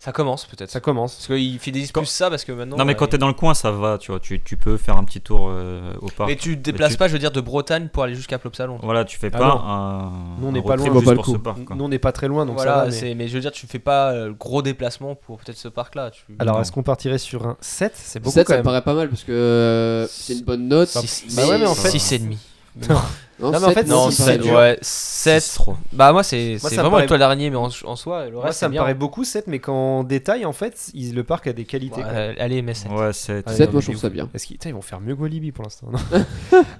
Ça commence, peut-être. Ça commence. Parce qu'ils fidélisent plus ça parce que maintenant. non, mais euh, quand t'es dans le coin, ça va, tu vois. Tu, tu peux faire un petit tour euh, au parc. Mais tu te déplaces tu- pas, je veux dire, de Bretagne pour aller jusqu'à Plopsaland. Voilà, tu fais Ah pas non. un. Nous, on un n'est road pas trip loin. juste On va pour pas le ce coup. parc. quoi. Nous, on n'est pas très loin, Ah, donc voilà, ça va. mais- c'est- mais je veux dire, tu fais pas euh, le gros déplacement pour peut-être ce parc-là. tu- Alors, Non. est-ce qu'on partirait sur un 7 C'est beaucoup 7, ça quand me même. paraît pas mal parce que euh, c'est une bonne note. Six- Bah six- ouais, mais en fait- six et demi. Non, mais en sept, fait, non, ça six, me paraît sept, dur. ouais, 7. Six, trois. Bah, moi, c'est Moi, c'est ça me vraiment paraît- le toile d'araignée, mais en, en soi, le Moi, reste, ça c'est me bien. paraît beaucoup 7, mais quand on détaille, en fait, il- le parc a des qualités. Ouais, quoi. euh, allez, mais 7. Ouais, c'est. Ouais, Sept, moi non, mais je trouve ouf. ça bien. Est-ce qu'ils Putain, ils vont faire mieux qu'au Libye pour l'instant [laughs] non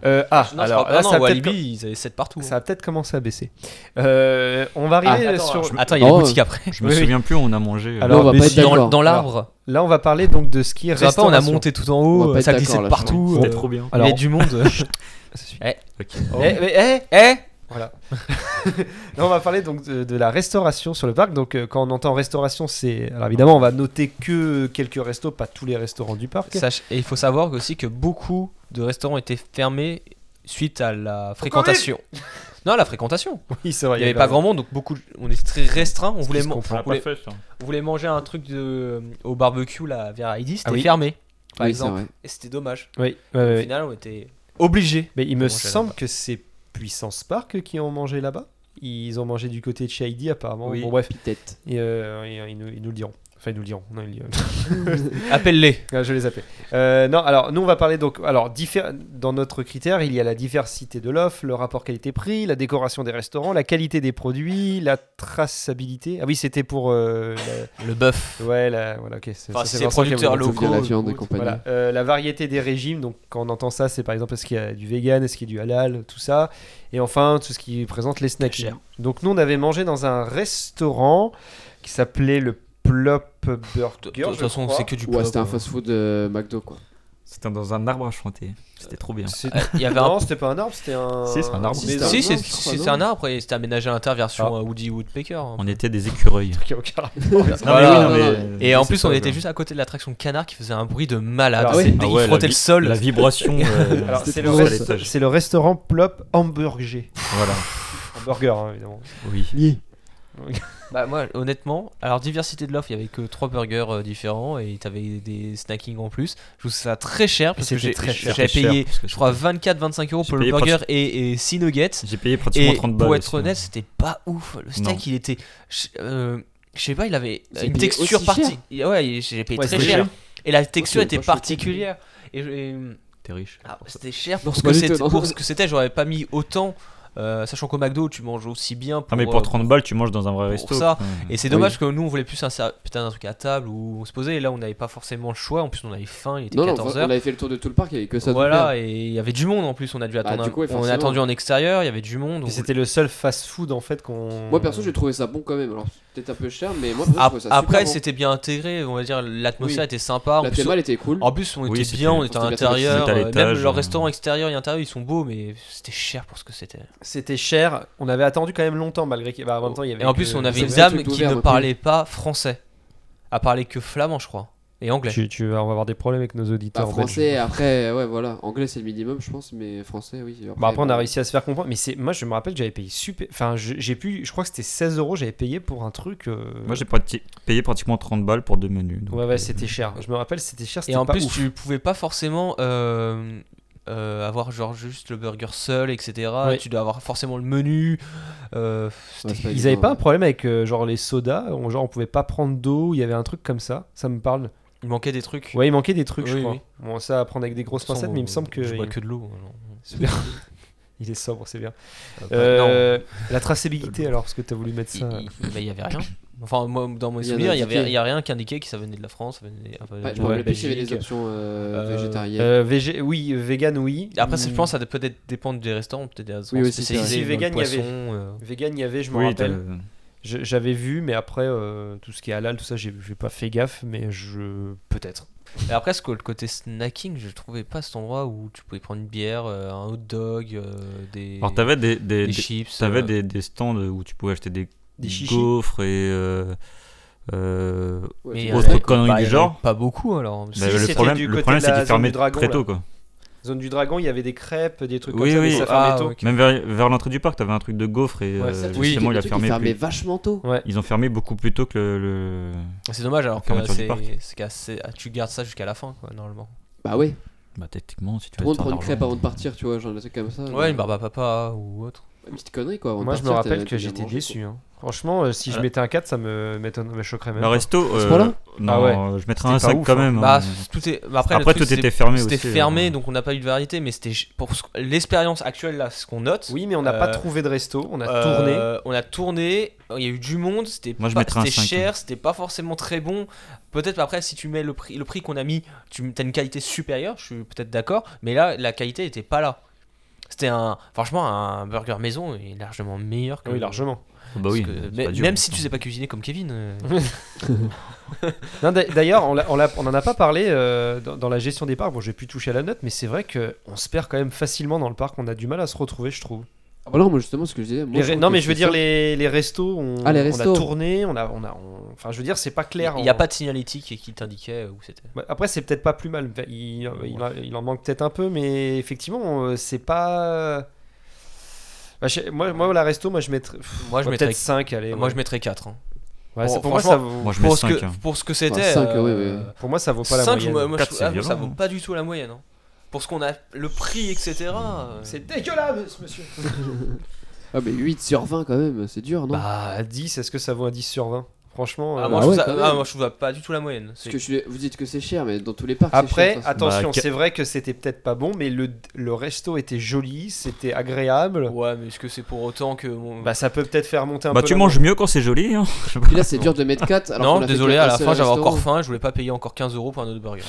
Euh, Ah, Non, alors je crois- là, non, ça, non, a peut-être Walibi, ils avaient 7 partout. com- hein. ça a peut-être commencé à baisser. Euh, on va arriver Ah, attends, sur. alors, attends, il y a Oh, la boutique après. Je me Oui, oui. souviens plus, où on a mangé. euh, Alors, Là, on va mais pas si, être Dans, d'accord. dans l'arbre. Là, on va parler donc de ce qui est Tu vois pas, on a restauration. monté tout en On va haut, pas ça être glissait d'accord, de là, partout. C'était euh, trop bien. Alors, Il y [laughs] a du monde. Ça suffit. Ok. Eh, mais, eh, eh Voilà. Là, on va parler donc de, de la restauration sur le parc. Donc, euh, quand on entend restauration, c'est. Alors, évidemment, on va noter que quelques restos, pas tous les restaurants du parc. Sach- Et il faut savoir aussi que beaucoup de restaurants étaient fermés suite à la fréquentation. Non, la fréquentation. Oui, c'est vrai. Il n'y avait pas grand monde, donc beaucoup. On était très restreint. On voulait, se man- comprend. on voulait, on voulait manger un truc de, au barbecue là, vers Heidi, c'était Ah oui. Euh, fermé, Oui, par c'est exemple. vrai. Et c'était dommage. Oui, ouais, ouais, Au ouais. final, on était obligés. Mais il me Comment ça semble là-bas que c'est Puissance Park qui ont mangé là-bas. Ils ont mangé du côté de chez Heidi apparemment. Oui. Bon bref, Petite tête. et, euh, et, euh, ils, nous, ils nous le diront. Enfin, ils nous le diront. Non, ils le diront. Appelle-les. Ah, je les appelle. Euh, non, alors nous on va parler donc alors diffé- dans notre critère il y a la diversité de l'offre, le rapport qualité-prix, la décoration des restaurants, la qualité des produits, la traçabilité. Ah oui c'était pour euh, Le bœuf. la- ouais la- voilà ok. c'est- ça, Enfin, si c'est c'est Vincent qui avait producteur dit. sauf bien locaux, la viande et écoute, compagnie. Voilà. Euh, la variété des régimes donc quand on entend ça c'est par exemple est-ce qu'il y a du vegan, est-ce qu'il y a du halal, tout ça et enfin tout ce qui présente les snacks. Cher. Donc nous on avait mangé dans un restaurant qui s'appelait le Plop De Burger. de toute je façon, crois. c'est que du Ouais, plat, c'était un quoi. fast-food euh, McDo quoi. C'était dans un arbre à chanter. C'était trop bien. C'est- Il y avait un non, c'était pas un arbre, c'était un. Si, c'est un arbre. Si, Mais c'était non, Si, c'est- je crois, c'est non. c'est un arbre et c'était aménagé à l'intérieur version euh, Woody Woodpecker. hein. On était des écureuils. qui a aucun rapport. Voilà. mais oui, non, Et en plus, on c'est était pas, juste à côté de l'attraction Canard qui faisait un bruit de malade. Ah ouais. C'était- Ah il ouais, la frottait le vi- sol. La vibration. euh, Alors, C'était c'est le, pour rest- l'étage. [laughs] c'est le restaurant Plop Hamburger. Voilà. Hamburger, hein, évidemment. Oui. Bah, moi, honnêtement, alors diversité de l'offre, il y avait que trois burgers euh, différents et t'avais des snackings en plus. Je trouve ça très cher parce que c'était j'ai très cher. j'avais C'était cher payé, parce que je crois, c'était- 24-25 euros J'ai pour le payé burger et, 6 nuggets. J'ai payé pratiquement Et 30 balles. pour être aussi, honnête, hein. c'était pas ouf. Le steak, Non. il était. Je euh, je sais pas, il avait Vous avez une payé texture aussi partie. Ouais, j'ai payé Ouais, très c'est cher. Et la texture c'est était pas choquant. particulière. Et, je- et- T'es riche. ah, c'était cher Non, pour ce c'est que pas du c'était. tout, non. Pour ce que c'était, j'aurais pas mis autant. euh, sachant qu'au McDo, tu manges aussi bien. Pour, Ah, mais euh, pour 30 balles, tu manges dans un vrai pour resto. ça, quoi. Et c'est dommage que nous, on voulait plus un, ser- peut-être un truc à table où on se posait. Et là, on n'avait pas forcément le choix. En plus, on avait faim. Il était Non, non, on 14 heures avait fait le tour de tout le parc, il y avait que ça. de Voilà, ouvert. et il y avait du monde en plus. On a dû Bah, attendre. du coup, un- ouais, on a forcément. attendu en extérieur. Il y avait du monde. Et on- C'était le seul fast-food en fait qu'on. Moi perso, j'ai trouvé ça bon quand même. Alors, c'est peut-être un peu cher, mais moi, perso, je Ap- trouvais ça Après, super bon. c'était bien intégré, on va dire, l'atmosphère Oui. était sympa. En La plus, PMA, elle était cool. en plus, on Oui, était c'était- bien, on était c'était à bien l'intérieur. c'était à euh, Même l'étage, leur euh. restaurant extérieur et intérieur, ils sont beaux, mais c'était cher pour ce que c'était. C'était cher. On avait attendu quand même longtemps malgré qu'il. bah, en même temps, il y avait Et en que- plus, on avait c'est une le dame truc qui d'ouvert, ne non plus. parlait pas français. Elle parlait que flamand, je crois. Et anglais. Tu, tu vas, on va avoir des problèmes avec nos auditeurs. Bah, belges. français, après, ouais, voilà. Anglais, c'est le minimum, je pense, mais français, oui. Bah, après, on a réussi à se faire comprendre. Mais c'est, moi, je me rappelle que j'avais payé super. Enfin, je- j'ai pu. Je crois que c'était 16 euros. J'avais payé pour un truc. euh, Moi, j'ai prati- payé pratiquement 30 balles pour deux menus. donc, Ouais, euh, ouais, c'était cher. Je me rappelle, c'était cher. Et c'était en pas plus, ouf. tu pouvais pas forcément euh, euh, avoir genre juste le burger seul, etc. Ouais. Tu dois avoir forcément le menu. euh, c'était- c'est pas Ils avaient pas un ouais. problème avec euh, genre les sodas, on- genre on pouvait pas prendre d'eau, il y avait un truc comme ça, ça me parle. il manquait des trucs. Ouais, il manquait des trucs, je Oui, crois. oui. Bon, ça à prendre avec des grosses Sans- pincettes, mais il me semble que. Je bois il- que de l'eau. hein, alors. [laughs] c'est bien. il est sobre, c'est [laughs] bien. Euh, Euh, la traçabilité, alors, parce que t'as voulu mettre Il- ça. il- mais il y avait rien. Enfin, moi, dans mon Rien souvenir, il y d'indiqué. avait, il y a rien qui indiquait que ça venait de la France. Ça venait, ça venait Ouais, de je la me rappelle plus s'il y avait Belgique. des options euh, Euh, végétariennes. Euh, végé- oui, euh, vegan, oui. Après, c'est- je Hmm, pense que ça doit peut-être dépendre des restaurants, peut-être des restaurants Oui, aussi, c'est vrai. spécialisés. Si dans vegan, le il y avait- poisson, euh. Vegan, il y avait, je me Oui, t'as rappelle. le- Je- J'avais vu, mais après, euh, tout ce qui est halal, tout ça, j'ai j'ai pas fait gaffe, mais je. Peut-être. Et après, ce que- le côté snacking, je trouvais pas cet endroit où tu pouvais prendre une bière, euh, un hot dog, euh, des, Alors, t'avais des, des des, des- chips. t'avais euh, des, des stands où tu pouvais acheter des, Des chichis. gaufres et. Euh, euh, Ouais, mais c'est il y bon. autre avait- connerie bah, du il y genre. avait Pas beaucoup alors. Si, bah, c'était le problème, du le côté problème, de c'est la qu'ils zone du fermaient dragon, très là. tôt. Quoi. Zone du dragon, il y avait des crêpes, des trucs comme Oui, ça, mais oui. ça fermait Ah, tôt. ok. Même vers, vers l'entrée du parc, t'avais un truc de gaufres et Ouais, euh, Ça, tu sais, justement, le il a truc, fermé. plus- vachement tôt. Ils ont fermé beaucoup plus tôt que le. le- C'est dommage alors que fermeture du c'est- parc. c'est qu'assez- ah, tu gardes ça jusqu'à la fin, quoi, normalement. Bah ouais, Bah, techniquement, si tu tout le veux monde te faire prend une de crêpe l'argent, avant de partir, tu vois, genre des trucs comme ça. Ouais, une barbe à papa ou autre. Une petite connerie quoi. avant de Moi, je me partir, rappelle t'as- que t'as bien j'étais mangé, déçu. hein. Franchement, euh, si je Voilà. mettais un 4, ça me, m'étonne- me choquerait même. Le pas. resto, ce euh, point-là non, Ah ouais. je mettrais C'était un pas 5 ouf, quand hein. même. Bah, hein. tout est. bah Après, Après, le truc, tout c'est- était fermé aussi. C'était fermé, euh, donc on n'a pas eu de variété, mais c'était ch- pour ce- l'expérience actuelle là, ce qu'on note. Oui, mais on n'a pas Euh, trouvé de resto, on a tourné. euh, On a tourné, il y a eu du monde, c'était Moi, je pas- mettrais un c'était cinq, cher, c'était pas forcément très bon. Peut-être après, si tu mets le prix, le prix qu'on a mis, tu as une qualité supérieure, je suis peut-être d'accord, mais là, la qualité était pas là. C'était un. Franchement, un burger maison est largement meilleur que. Oui, largement. Bah oui. parce que- c'est mais- pas dur, même hein. si tu sais pas cuisiner comme Kevin. euh, Non, d'a- D'ailleurs, on l'a- on l'a- on n'en a pas parlé euh, dans, dans la gestion des parcs. Bon, j'ai pu toucher à la note, mais c'est vrai qu'on se perd quand même facilement dans le parc. On a du mal à se retrouver, je trouve. quoi. Ah bah non, moi justement, ce que je disais. moi, Les je re- trouve non, que mais je veux c'est dire, ça. les, les restos, on, Ah, les on restos. a tourné, on a, on a, on- Enfin, je veux dire, c'est pas clair. Il n'y a on- pas de signalétique qui t'indiquait où c'était. Ouais, Bah, Après, c'est peut-être pas plus mal. Il, il en- il en manque peut-être un peu, mais effectivement, euh, c'est pas. Bah, je- moi, moi, la resto, moi, je mettrais. pff, Moi, je ouais, mettrais- peut-être 5. Allez, Moi, ouais. je mettrais 4. Ouais, c'est- bon, pour, moi, franchement, ça vaut, Moi, je mets hein. Pour, ce 5. que- pour ce que c'était. cinq, euh, ouais, ouais, ouais. pour moi, ça vaut pas la Cinq, moyenne. moi, moi, je Quatre, trouve- c'est ah, moi, ça violent, vaut hein. pas du tout la moyenne. hein. Pour ce qu'on a, le prix, etc. euh, C'est dégueulasse, monsieur. Ah, mais 8 sur 20 quand même, c'est dur, non Bah, 10, est-ce que ça vaut un 10 sur 20 Franchement, Ah, euh, moi, bah je trouve ouais, ça- quand même. ah, moi, je trouve ça pas du tout la moyenne. C'est- Parce que je suis- vous dites que c'est cher, mais dans tous les parcs, c'est Après, cher, de toute façon. attention, Bah, ca- c'est vrai que c'était peut-être pas bon, mais le, le resto était joli, c'était agréable. Ouais, mais est-ce que c'est pour autant que. mon- Bah, ça peut peut-être faire monter un Bah, peu. tu la- manges mieux quand c'est joli. hein. [laughs] Puis là, c'est dur de mettre 4. Alors non, qu'on a fait désolé, qu'un à la seul fin j'avais restaurant. encore faim, je voulais pas payer encore 15 euros pour un autre burger.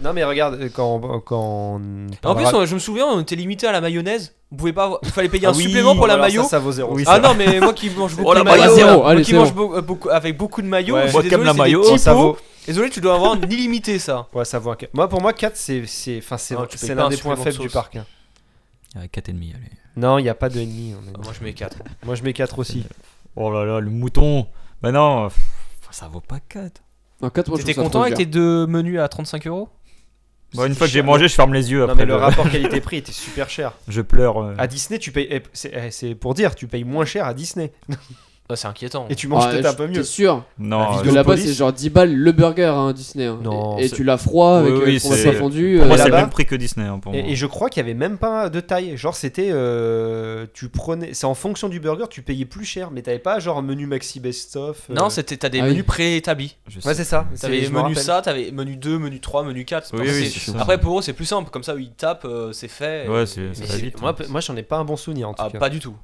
Non, mais regarde, quand. quand en plus, on- je me souviens, on était limité à la mayonnaise. On pouvait pas avoir- Il fallait payer un Ah oui, supplément pour la alors ça, mayo. Ça, vaut zéro. Oui, ça. Ah non, mais moi qui mange beaucoup la de mayo, mayo, zéro, moi allez, qui mange zéro. beau- euh, beaucoup- avec beaucoup de mayo, Ouais. je suis Moi, désolé, comme la c'est des mayo, petits Oh, ça pots. vaut. Désolé, tu dois avoir une illimité ça. Ouais, ça vaut un quatre. Moi, pour moi, 4, c'est c'est- enfin, c'est- Non, tu c'est payes l'un pas un des points supplément de faibles du sauce. parc. hein. Ah, 4,5, allez. Non, il n'y a pas de ennemi. on est- Ah, moi je mets 4. [laughs] Moi, je mets 4 aussi. Oh là là, le mouton. Bah non, pff, ça vaut pas 4. Non, 4 moi, je T'étais trouve ça content trop avec cher. tes deux menus à 35 euros Bon, une fois que j'ai mangé, je ferme les yeux Non, après. mais le le- rapport [laughs] qualité-prix était super cher. Je pleure. Ah, euh. À Disney, tu payes. eh, c'est- eh, C'est pour dire, tu payes moins cher à Disney. Ah, C'est inquiétant. Et tu manges Ah, peut-être je- un peu mieux. T'es sûr Non, Parce euh, que là-bas, Police. c'est genre 10 balles le burger, hein, Disney. hein. Non, et et c'est- tu l'as froid avec Oui, oui, le fromage c'est- pas fondu. pour euh, moi, c'est le là-bas- même prix que Disney. hein, pour moi. Et, et je crois qu'il y avait même pas de taille. Genre c'était, euh, tu prenais, c'est en fonction du burger, tu payais plus cher, mais t'avais pas genre un menu maxi best of. euh. Non, c'était t'as des Ah oui. menus préétablis. Je Ouais sais- c'est ça. C'est- T'avais je me menu rappelle. ça, t'avais menu 2, menu 3, menu 4. Oui, oui, c'est ça. Après pour eux c'est plus simple, comme ça ils tapent, euh, c'est fait. Ouais, et- c'est- ça et- va vite. Moi, p- moi j'en ai pas un bon souvenir en tout hein. Ah, cas. pas du tout.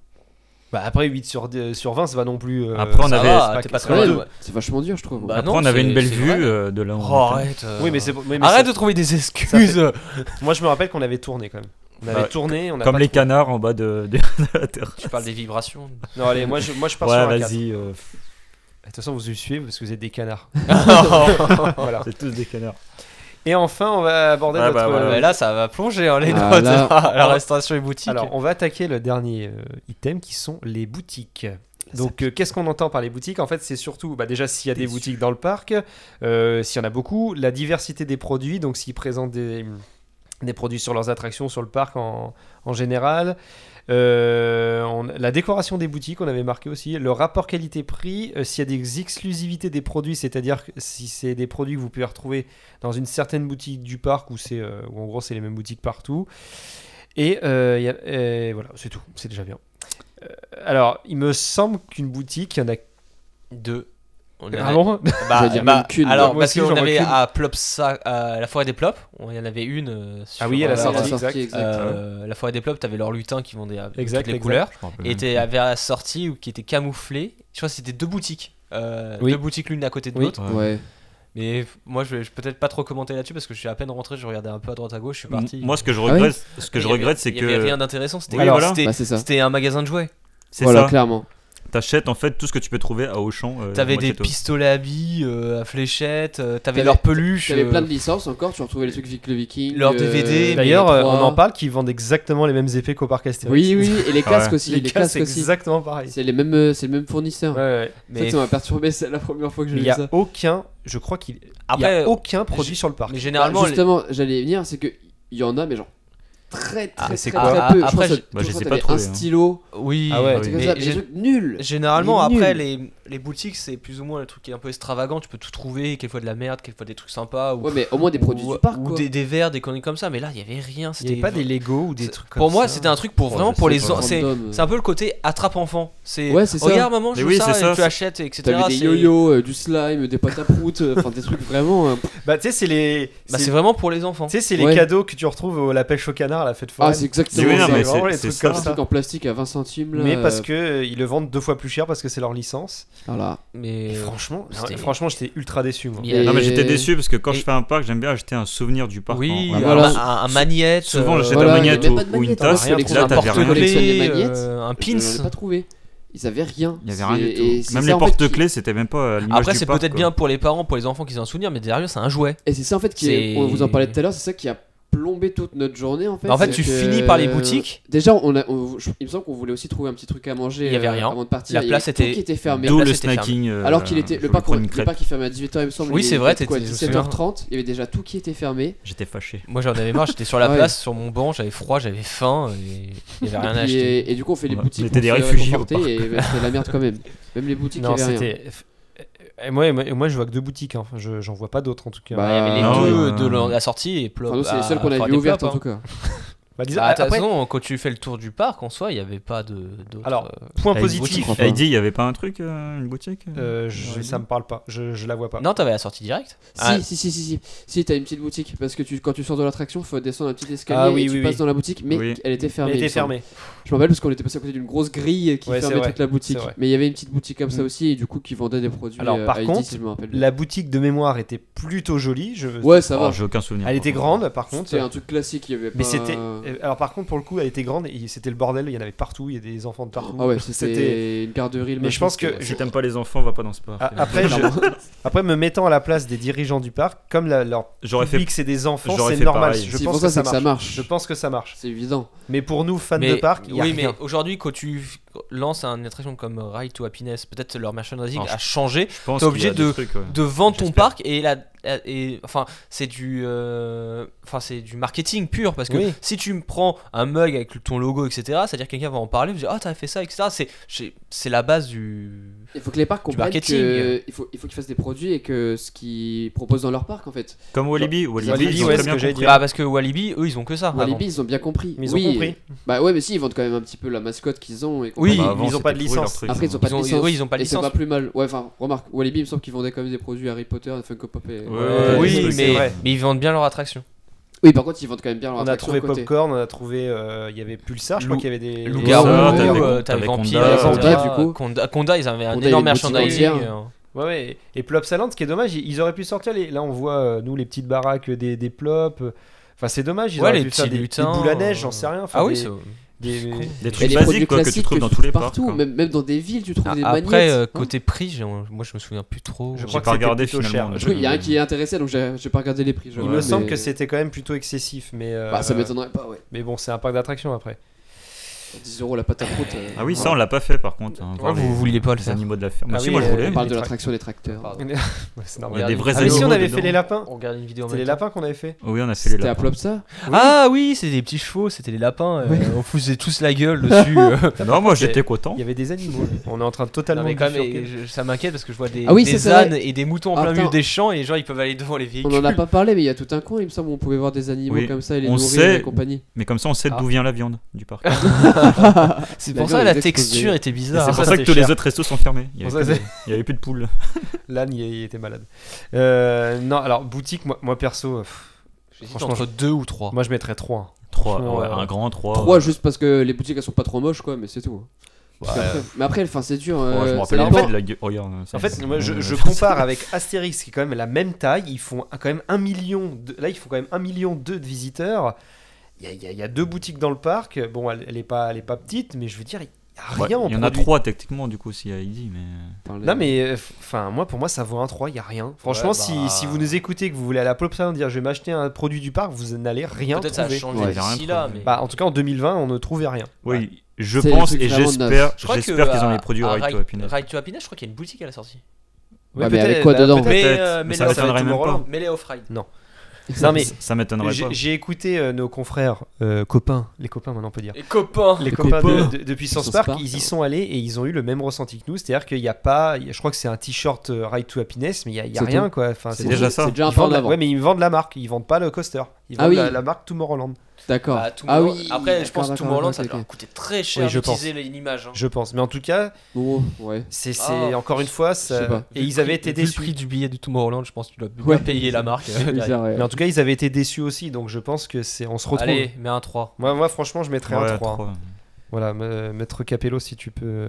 Bah, après 8 sur, d- sur 20 ça va non plus. euh, Après, on ça avait- va, Ah, c'est t'es pas- pas c'est très vrai, loin, ouais. c'est vachement dur, je trouve. Bah, Après, non, on avait c'est- une belle c'est vue vrai. euh, de là où Oh, on était. arrête. euh. Oui mais c'est oui, mais Arrête c'est- de trouver des excuses. Moi je me rappelle qu'on avait tourné quand même. On avait Bah, tourné, on a Comme pas trouvé. les canards en bas de, de- de la terre. Tu parles des vibrations. Non allez, moi je, moi je pars [laughs] Ouais, sur un 4. De vas-y, euh, toute façon vous suivez parce que vous êtes des [laughs] canards. [laughs] Voilà. c'est tous des canards. Et enfin on va aborder Ah, notre. euh, bah, voilà. Mais là, ça va plonger hein, les Ah, notes. là. [laughs] La restauration et boutique. Alors, on va attaquer le dernier euh, item qui sont les boutiques. Donc, euh, qu'est-ce qu'on entend par les boutiques En fait, c'est surtout bah, déjà s'il y a des Déçu. boutiques dans le parc, euh, s'il y en a beaucoup, la diversité des produits, donc s'ils présentent des, des produits sur leurs attractions, sur le parc en, en général. Euh, on- la décoration des boutiques, on avait marqué aussi. Le rapport qualité-prix, euh, s'il y a des exclusivités des produits, c'est-à-dire que si c'est des produits que vous pouvez retrouver dans une certaine boutique du parc où, c'est, euh, où en gros c'est les mêmes boutiques partout. Et euh, il y a- euh, voilà, c'est tout, c'est déjà bien. Euh, alors, il me semble qu'une boutique, il y en a. Deux. On Ah avait- bon Bah, J'allais dire bah, même qu'une. alors, Moi parce aussi, qu'on j'en vois avait qu'une. à Plopsa, à la forêt des Plops, on- il y en avait une. euh, sur, Ah oui, à la euh, sortie, sortie, exact. exact. euh, la forêt des Plops, t'avais leur lutin qui vendait à toutes les Exact, exact. couleurs. Je me rappelle Et même t'avais plus. à la sortie, ou qui était camouflé. Je crois que c'était deux boutiques. euh, Oui. Deux boutiques l'une à côté de Oui. l'autre. Ouais. Mais f- moi, je vais je vais peut-être pas trop commenter là-dessus parce que je suis à peine rentré, je regardais un peu à droite à gauche, je suis parti. Mmh. Moi, ce que je Ah oui regrette, ce que Il je y avait- regrette, c'est Il y avait que rien d'intéressant, c'était Oui, alors, voilà. c'était- Bah, c'est ça. c'était un magasin de jouets. c'est Voilà, ça. clairement. T'achètes en fait tout ce que tu peux trouver à Auchan. euh, T'avais moi, des c'est tout. pistolets à billes, euh, à fléchettes, euh, t'avais T'avais- leurs peluches. J'avais euh, plein de licences encore, tu retrouvais les trucs Vic le Viking. Leur euh, DVD, les D'ailleurs, euh, trois. on en parle qu'ils vendent exactement les mêmes effets qu'au parc Astérix. Oui, oui, [laughs] et les casques Ouais. aussi. [laughs] les, Les cas, casques c'est aussi. exactement pareil. C'est les mêmes, euh, c'est le même fournisseur. Ouais, ouais. En fait, Mais, ça m'a perturbé, c'est la première fois que j'ai Il vu n'y a ça. aucun, je crois qu'il il y après, euh, a aucun produit sur le parc. mais généralement, Bah, les- justement, j'allais y venir, c'est que il y en a, mais genre très Ah, très, c'est très, quoi très peu. Ah, je crois après, que je- ça- bah, je je crois sais que pas t'avais trouvé, un hein. stylo, oui. Ah ouais, un truc oui. comme ça, Mais mais j'ai- des trucs nuls. Généralement, Il est après, nul. les, les boutiques, c'est plus ou moins le truc qui est un peu extravagant. Tu peux tout trouver, quelquefois de la merde, quelquefois des trucs sympas. Ou, Ouais, mais au moins des produits ou- du parc ou quoi. des, des verres, des conneries comme ça. Mais là, il y avait Il rien. n'y C'était avait pas des Lego ou des c'est- trucs comme Pour moi, ça. c'était un truc pour vraiment je pour sais les. pas. en- C'est Random. c'est un peu le côté attrape-enfant. C'est. Ouais, c'est ça. Regarde, maman, je Mais veux oui, ça, c'est et ça, tu c'est- achètes, etc. T'avais des c'est- yo-yo, euh, du slime, des pâtes à proutes, euh, enfin des trucs vraiment. euh, Bah, tu sais, c'est les. Bah, c'est- c'est vraiment pour les enfants. tu sais, c'est les Ouais. cadeaux que tu retrouves au la pêche au canard à la fête foraine. Ah, c'est exactement Oui, ça. non, mais Des vraiment c'est- les c'est trucs ça. comme ça. trucs en plastique à 20 centimes. là, Mais euh, parce que euh, ils le vendent deux fois plus cher parce que c'est leur licence. Voilà. Mais. Et franchement, non, c'était- franchement, j'étais ultra déçu. Moi. Mais, Et- euh, Non, mais j'étais déçu parce que quand et- je fais un parc, j'aime bien acheter un souvenir du parc. Oui, ah en- en- un- voilà. un, un magnette. Souvent, euh, j'achète voilà, un il y magnette avait pas ou, de ou une magnette, tasse. on a rien Là, t'avais trouvé. rien. Porte-clés. collectionne des euh, magnettes. un Je l'en ai pins. pas trouvé. Ils avaient rien. Il y avait C'est- rien du et tout. c'est ça, Même les en fait, qui- porte-clés, c'était même pas à l'image Après, du c'est parc, peut-être quoi. bien pour les parents, pour les enfants qui ont un souvenir, mais derrière, c'est un jouet. Et c'est ça en fait qui est- C'est- Bah, on vous en parlait tout à l'heure, c'est ça qui a plombé toute notre journée en fait. En fait, c'est tu que- euh, finis par les boutiques. Déjà, on a, on- je- il me semble qu'on voulait aussi trouver un petit truc à manger Il y avait euh, rien. avant de partir. La Il y place avait tout était- qui était fermé. D'où La le place était fermée. snacking. euh, Alors qu'il était je le voulais parc, prendre une le crêpe. parc il fermait à 18h, il me semble. Oui, il c'est est vrai, peut-être quoi, t'étais- je me 17h30, il y avait déjà tout qui était fermé. J'étais fâché. Moi, j'en avais marre, j'étais sur la Ouais. place, sur mon banc, j'avais froid, j'avais faim, et il n'y avait rien et, à puis, acheter. et- et du coup, on fait les On boutiques. était pour des se réfugiés au réconforter, parc. Et bah, c'était la merde quand même. Même les boutiques, il y Non, avait rien. c'était. Et moi, moi, moi, je vois que deux boutiques. hein. Enfin, je- j'en vois pas d'autres en tout cas. Bah, Il y avait les Ah deux ouais. de la- la sortie et plop. Enfin, Ah, nous, c'est les à- seules qu'on enfin, a des vu ouvertes plops, en tout hein. cas. Bah, disons- Bah, t'as après, raison, quand tu fais le tour du parc, en soi, il n'y avait pas de. d'autres, Alors, euh, point T'as une boutique, positif. quoi. Heidi, il n'y avait pas un truc, euh, une boutique euh euh, je- ça me parle pas. Je, je la vois pas. Non, t'avais la sortie directe. Ah. Si, si, si, si, si, si, t'as une petite boutique parce que tu, quand tu sors de l'attraction, faut descendre un petit escalier Ah oui, et tu oui, passes oui. dans la boutique, mais Oui. elle était fermée. Elle il me était semble. fermée. Je me rappelle parce qu'on était passé à côté d'une grosse grille qui Ouais, c'est fermait vrai, toute la boutique. c'est vrai. Mais il y avait une petite boutique comme ça Mm. aussi et du coup qui vendait des produits. Alors, euh, par Heidi, contre, si je me rappelle bien. La boutique de mémoire était plutôt jolie. Je... ouais, ça va. Alors, J'ai aucun souvenir. Elle par était contre. grande, par contre. C'était un truc classique, il y avait pas- Ah Mais c'était. euh, Alors, par contre, pour le coup, elle était grande et c'était le bordel. Il y en avait partout. Il y a des enfants de partout. Ah ouais, c'était une garderie. le Mais je machin, pense que c'était- Si t'aimes pas les enfants, va pas dans ce parc. A- [laughs] Après, je- après, me mettant à la place des dirigeants du parc, comme la, leur J'aurais fait. public c'est des enfants, j'aurais c'est fait normal. pareil. Je C'est pense pour ça que ça c'est que ça marche. marche. Je pense que ça marche. C'est évident. Mais pour nous, fans Mais- de parc, il y a oui, rien. mais aujourd'hui, quand tu lances une attraction comme Ride to Happiness, peut-être leur merchandising Alors, je- a changé Je pense T'es qu'il y a obligé des de- trucs, ouais. de vendre ton J'espère. parc et la la- et enfin c'est du euh, enfin c'est du marketing pur parce que Oui. si tu me prends un mug avec ton logo etc c'est à dire que quelqu'un va en parler va dire ah t'as fait ça etc c'est j'ai- c'est la base du Il faut que les parcs comprennent marketing. que il faut il faut qu'ils fassent des produits et que ce qu'ils proposent dans leur parc en fait. Comme Walibi. Walibi, Walibi, ils ont ouais, très ce bien que j'allais compris. bah parce que Walibi eux ils ont que ça avant. Walibi ils ont bien compris. Mais ils oui, ont compris. Bah ouais mais si ils vendent quand même un petit peu la mascotte qu'ils ont. Et compagnie. Oui, Bah, avant, ils ont pas de c'était pourri, leur licence. truc, Après ils ont hein. pas Ils de ont- licence. oui, ils ont pas de et c'est licence. pas plus mal. Ouais enfin remarque Walibi il me semble qu'ils vendaient quand même des produits Harry Potter, Funko Pop et. Ouais, oui c'est mais, vrai. mais ils vendent bien leur attraction Oui par contre ils vendent quand même bien leur On a attraction trouvé à côté. Popcorn, on a trouvé. euh, Il y avait Pulsar, je crois Lou- qu'il y avait des. Loup-garou ça, t'avais euh, Conda, t'avais t'avais Vampire Conda, etc. Conda, du coup. Conda, Conda, ils avaient un Conda, énorme il y a une boutique merchandising entière. euh, Ouais, ouais. Et Plopsaland, ce qui est dommage, ils ils auraient pu sortir. Les... Là, on voit, euh, nous, les petites baraques des, des plops. Enfin, c'est dommage, ils Ouais, auraient les pu faire petits des, des lutins, boules à neige, euh, j'en sais rien. enfin, ah oui des- c'est- des- con. Des Et trucs les basiques produits quoi, que tu classiques trouves dans tous les parcs. partout, quoi. même, même dans des villes, tu trouves hein. Ah, des après magnettes. euh, hein. côté prix j'ai- moi je me souviens plus trop Je J'ai crois pas que c'était regardé plutôt finalement, cher. Oui, il y a un qui est intéressé, donc j'ai j'ai pas regardé les prix. je Il vois, me mais- semble que c'était quand même plutôt excessif, mais. euh, Bah, ça m'étonnerait pas, ouais. Mais bon, c'est un parc d'attractions après. [laughs] 10 euros la pâte à croûte. euh, Ah oui, ça on l'a pas fait par contre. hein, voir vous les- vouliez pas le les faire animaux de la ferme. Ah Bah, si, oui, moi je euh, voulais. On parle les de tra- l'attraction des tracteurs. Pardon. Ouais, c'est normal. Il y a des vrais Ah, mais si, on animaux avait fait dedans. les lapins. on regarde une vidéo en C'était même les temps. lapins qu'on avait fait. Oui, on a fait les C'était à lapins. Plopsa Ah oui, c'était des petits chevaux, c'était les lapins. euh, Oui. On faisait tous la gueule dessus. euh. Non, moi j'étais content. Il y avait des [laughs] animaux. On est en train de Non, totalement. mais quand même, bifurquer. et je- ça m'inquiète parce que je vois des, Ah oui, des c'est ça, ânes et des moutons en plein Attends. milieu des champs et genre ils peuvent aller devant les véhicules. On en a pas parlé, mais il y a tout un coin, il me semble, où on pouvait voir des animaux Oui, comme ça et les on nourrir sait- et compagnie. Mais comme ça on sait Ah. d'où vient la viande du parc. C'est La pour ça viande la est explosée. texture était Et bizarre. C'est pour ça, ça que c'était tous les cher. autres restos sont fermés. Il y Bon, avait, ça, que c'est- des- il y avait plus de poules. L'âne, il il était malade. Euh, non, alors boutique, moi, moi, perso, euh, pff, J'hésite franchement, entre deux ou trois. moi je mettrais 3. Trois, Franchement, ouais, ouais. un grand trois. Trois, Oh, ouais. juste parce que les boutiques elles sont pas trop moches, quoi, mais c'est tout. hein. Parce Ouais. qu'après- Mais après, enfin, c'est dur. Ouais, je euh, me ça rappelle dépend. en fait, la gueule- regarde, ça, En fait, c'est- moi, je, [laughs] euh, je compare avec Astérix, qui est quand même la même taille. Ils font quand même un million. De... Là, ils font quand même un million deux de visiteurs. Il y, a- il y a- il y a deux boutiques dans le parc. Bon, elle, elle est pas, elle est pas petite, mais je veux dire, il y a Ouais, rien. Il y en a produit. trois techniquement du coup s'il y a Heidi mais Parler- Non mais euh, enfin moi pour moi ça vaut un 3, il y a rien. Franchement bah- si, si vous nous écoutez que vous voulez aller à Plopsaland dire je vais m'acheter un produit du parc, vous n'allez rien Peut-être ça a trouver. changé Ouais, d'ici j'ai rien là, trouvé. mais. Bah en tout cas en 2020 on ne trouvait rien. oui, je C'est pense le truc et vraiment j'espère je crois que, j'espère qu'ils ont à- les produits à Right to Happiness. Ride to Happiness, je crois qu'il y a une boutique à la sortie. Ouais, mais avec quoi dedans peut-être- Mais, Peut-être, euh, mais mais ça là, m'étonnerait ça va même être pas. Tomorrowland. Melee off ride. Non [laughs] mais Ça m'étonnerait j'ai pas. j'ai écouté euh, nos confrères euh, copains, les copains maintenant on peut dire. Et copains Les, Les copains, copains. de, de- de Puissance Puissance Park, Park, hein. ils y ouais. sont allés et ils ont eu le même ressenti que nous, c'est-à-dire qu'il n'y a pas, il y a- je crois que c'est un t-shirt euh, Ride to Happiness, mais il n'y a, il y a C'est rien tout. quoi. Enfin, C'est c'est- déjà ils ça. C'est déjà un peu vendent en la- avant. ouais, mais ils vendent la marque, ils vendent pas le coaster, ils vendent Ah oui. la, la marque Tomorrowland, D'accord. Bah, ah Tomorrow- oui. Après, je pense que d'accord, Tomorrowland, d'accord, ça ok, hein. leur ok. coûtait très cher Oui, je d'utiliser l'image. hein. je pense. Mais en tout cas, Bon, [laughs] ouais. c'est c'est- Ah. encore une fois, ça- Je sais pas. et ils avaient été Vu le déçus. prix du billet de Tomorrowland, je pense que tu dois bien Ouais. payer la [laughs] marque. Oui, c'est vrai. Mais en tout cas, ils avaient été déçus aussi, donc je pense que c'est on se retrouve. Allez, mets un 3. Moi, moi, franchement, je mettrais Ouais, un hein. 3. trois. Voilà, me- maître Capello, si tu peux euh,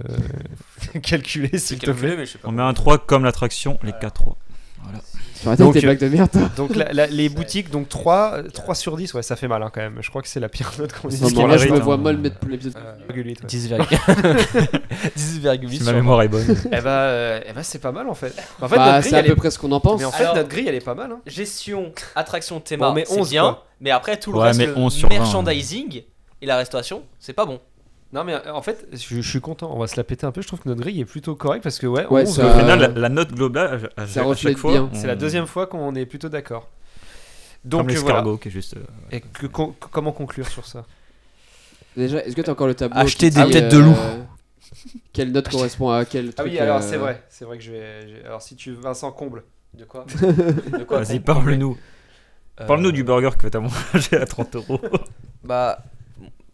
[laughs] calculer, s'il te plaît. mais je sais [laughs] pas. On met un 3 comme l'attraction, les 4-3. Tu arrêtes avec Donc, euh, tes blagues de merde. [laughs] toi. Donc, la- la- les boutiques, donc 3, 3 sur 10, ouais, ça fait mal hein, quand même. Je crois que c'est la pire note qu'on ait. À ce Parce moment-là, qu'il je me mérite, vois hein. mal mettre plus l'épisode. Euh, 0,8, ouais. 10,8 Si sur ma mémoire est bonne. Eh bah, euh, eh bah, c'est pas mal en fait. En fait, Bah, notre grille, c'est à elle peu est... près ce qu'on en pense. Mais en fait, Alors- notre grille, elle est pas mal. Hein. Gestion, attraction, théma, Bon, mais c'est 11, bien. quoi. Mais après, tout le Ouais, reste, mais le 11 sur hein. 20, merchandising et la restauration, c'est pas bon. Non, mais euh, en fait, je, je suis content. On va se la péter un peu. Je trouve que notre grille est plutôt correcte parce que, ouais, Ouais, 11, ça- euh, Au final, la, la note globale, à, à- ça à reflète chaque fois, bien. c'est la deuxième fois qu'on est plutôt d'accord. Donc, Donc, comme euh, voilà. l'escargot qui est juste. euh, Et que- con- comment conclure sur ça Déjà, est-ce que t'as encore le tableau Acheter qui des dit, euh, têtes de loup. Quelle note correspond à quel truc Ah oui, alors euh, c'est vrai, c'est vrai que je vais. j'ai- Alors si tu Vincent comble. De [laughs] quoi De quoi Vas-y, qu'on- parle-nous. Euh, Parle-nous du burger que t'as mangé à 30 euros. Bah,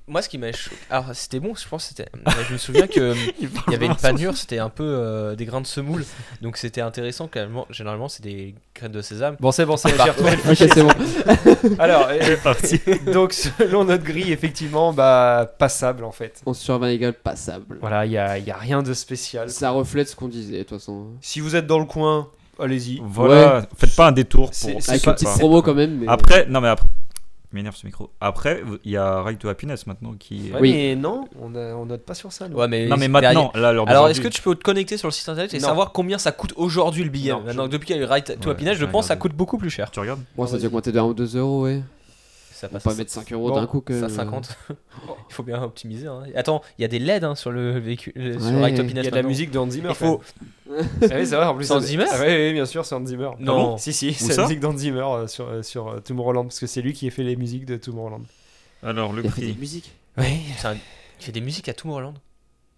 Moi, ce qui m'a choqué. Alors, c'était bon, je pense. que C'était... mais Je me souviens que euh, il y avait une panure, c'était un peu euh, des grains de semoule. Donc, c'était intéressant. quand même. Généralement, c'est des graines de sésame. Bon, c'est bon, Bah, c'est j'ai retrouvé le Ok, c'est [laughs] bon. fichier. Alors, euh, parti. donc selon notre grille, effectivement, bah passable en fait. On se surveille égal passable. Voilà, il n'y a, y a rien de spécial. Ça reflète ce qu'on disait, de toute façon. Si vous êtes dans le coin, allez-y. Voilà, faites pas un détour C'est- pour. c'est Avec pas- une petite pas- promo quand même. Mais... Après, non mais après, m'énerve ce micro. Après, il y a Ride to Happiness maintenant qui. Ouais, Oui. Mais non, on, a- on note pas sur ça. nous. Ouais, mais Non mais derrière- maintenant, là, Alors, lors d'aujourd'hui- est-ce que tu peux te connecter sur le site internet et Non. savoir combien ça coûte aujourd'hui le billet Non, Maintenant, je- que depuis qu'il y a eu Right to Ouais, Happiness, je j'ai pense que ça regardé. coûte beaucoup plus cher. tu regardes Bon, euh, ça a dû augmenter de 1 ou 2 euros, ouais. Ah, Ça On passe peut à pas mettre 5 euros bon, d'un coup, quand même. Ça 50. il faut bien optimiser. hein. Attends, il y a des LED hein, sur le véhicule, euh, sur Ouais. Right to Il Happiness. Il y a de la maintenant. musique de Hans Zimmer. Il faut. quand même. Ah oui, c'est vrai, en plus. C'est Hans Zimmer Oui, oui, bien sûr, c'est Hans Zimmer. Non. Ah bon Si, si, c'est ça la musique d'Hans Zimmer euh, sur, euh, sur euh, Tomorrowland, parce que c'est lui qui a fait les musiques de Tomorrowland. Alors le Il a fait des prix. musiques. Oui. C'est un- Il fait des musiques à Tomorrowland.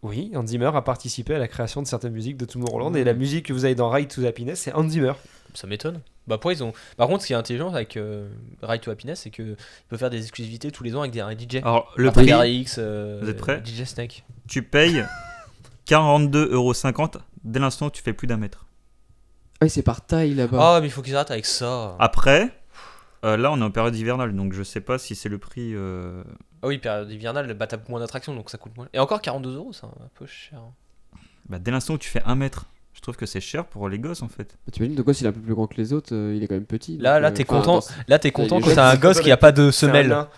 Oui, Hans Zimmer a participé à la création de certaines musiques de Tomorrowland, Mm. et la musique que vous avez dans Ride to Happiness, c'est Hans Zimmer. Ça m'étonne. Bah après, ils ont. Par contre, ce qui est intelligent avec euh, Ride to Happiness, c'est que tu peux faire des exclusivités tous les ans avec des un DJ. Alors le Après, prix, RX, euh, Ah, Vous êtes prêts DJ Snake. tu payes 42,50€ dès l'instant où tu fais plus d'un mètre. Ah, oui, c'est par taille là-bas. Ah, mais il faut qu'ils arrêtent avec ça. Ah, Après, euh, là on est en période hivernale, donc je sais pas si c'est le prix. euh, Ah oui, période hivernale, bah t'as moins d'attractions donc ça coûte moins. Et encore 42 euros, c'est un peu cher. bah, dès l'instant où tu fais un mètre, je trouve que c'est cher pour les gosses en fait. Tu imagines de quoi s'il est un peu plus grand que les autres, euh, il est quand même petit. Là, donc, là, euh, t'es enfin, content. attends, Là, t'es Ça y est, content que je- t'as un c'est gosse pas qui a pas de C'est un semelle. nain.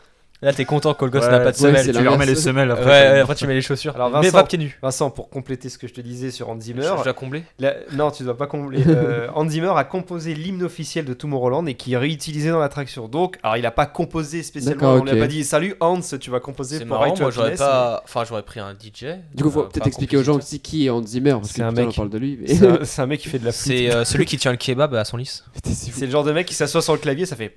Là, t'es content que le gosse Ouais, n'a pas de ouais, semelle. c'est tu leur mets l'inverse. les semelles Ouais, après. ouais, après tu mets les chaussures. Alors, mais Vincent- va pieds nus. Vincent, pour compléter ce que je te disais sur Hans Je, Zimmer, je dois combler. La- Non, tu dois pas [laughs] combler. Euh, Hans Zimmer a composé l'hymne officiel de Tomorrowland et qui est réutilisé dans l'attraction. Donc, alors il a pas composé spécialement. D'accord, On lui a ok. pas dit Salut Hans, tu vas composer C'est pour marrant, Ride to moi j'aurais Happiness. pas. Enfin, j'aurais pris un DJ. Du coup, faut euh, peut-être pas expliquer aux gens compositeur. aussi qui est Hans Zimmer, parce que C'est un putain, on mec. parle de lui. Mais... C'est [laughs] un- C'est un mec qui fait de la flûte. C'est euh, celui qui tient le kebab à son lice. [laughs] Putain, c'est fou. C'est le genre de mec qui s'assoit sur le clavier, ça fait.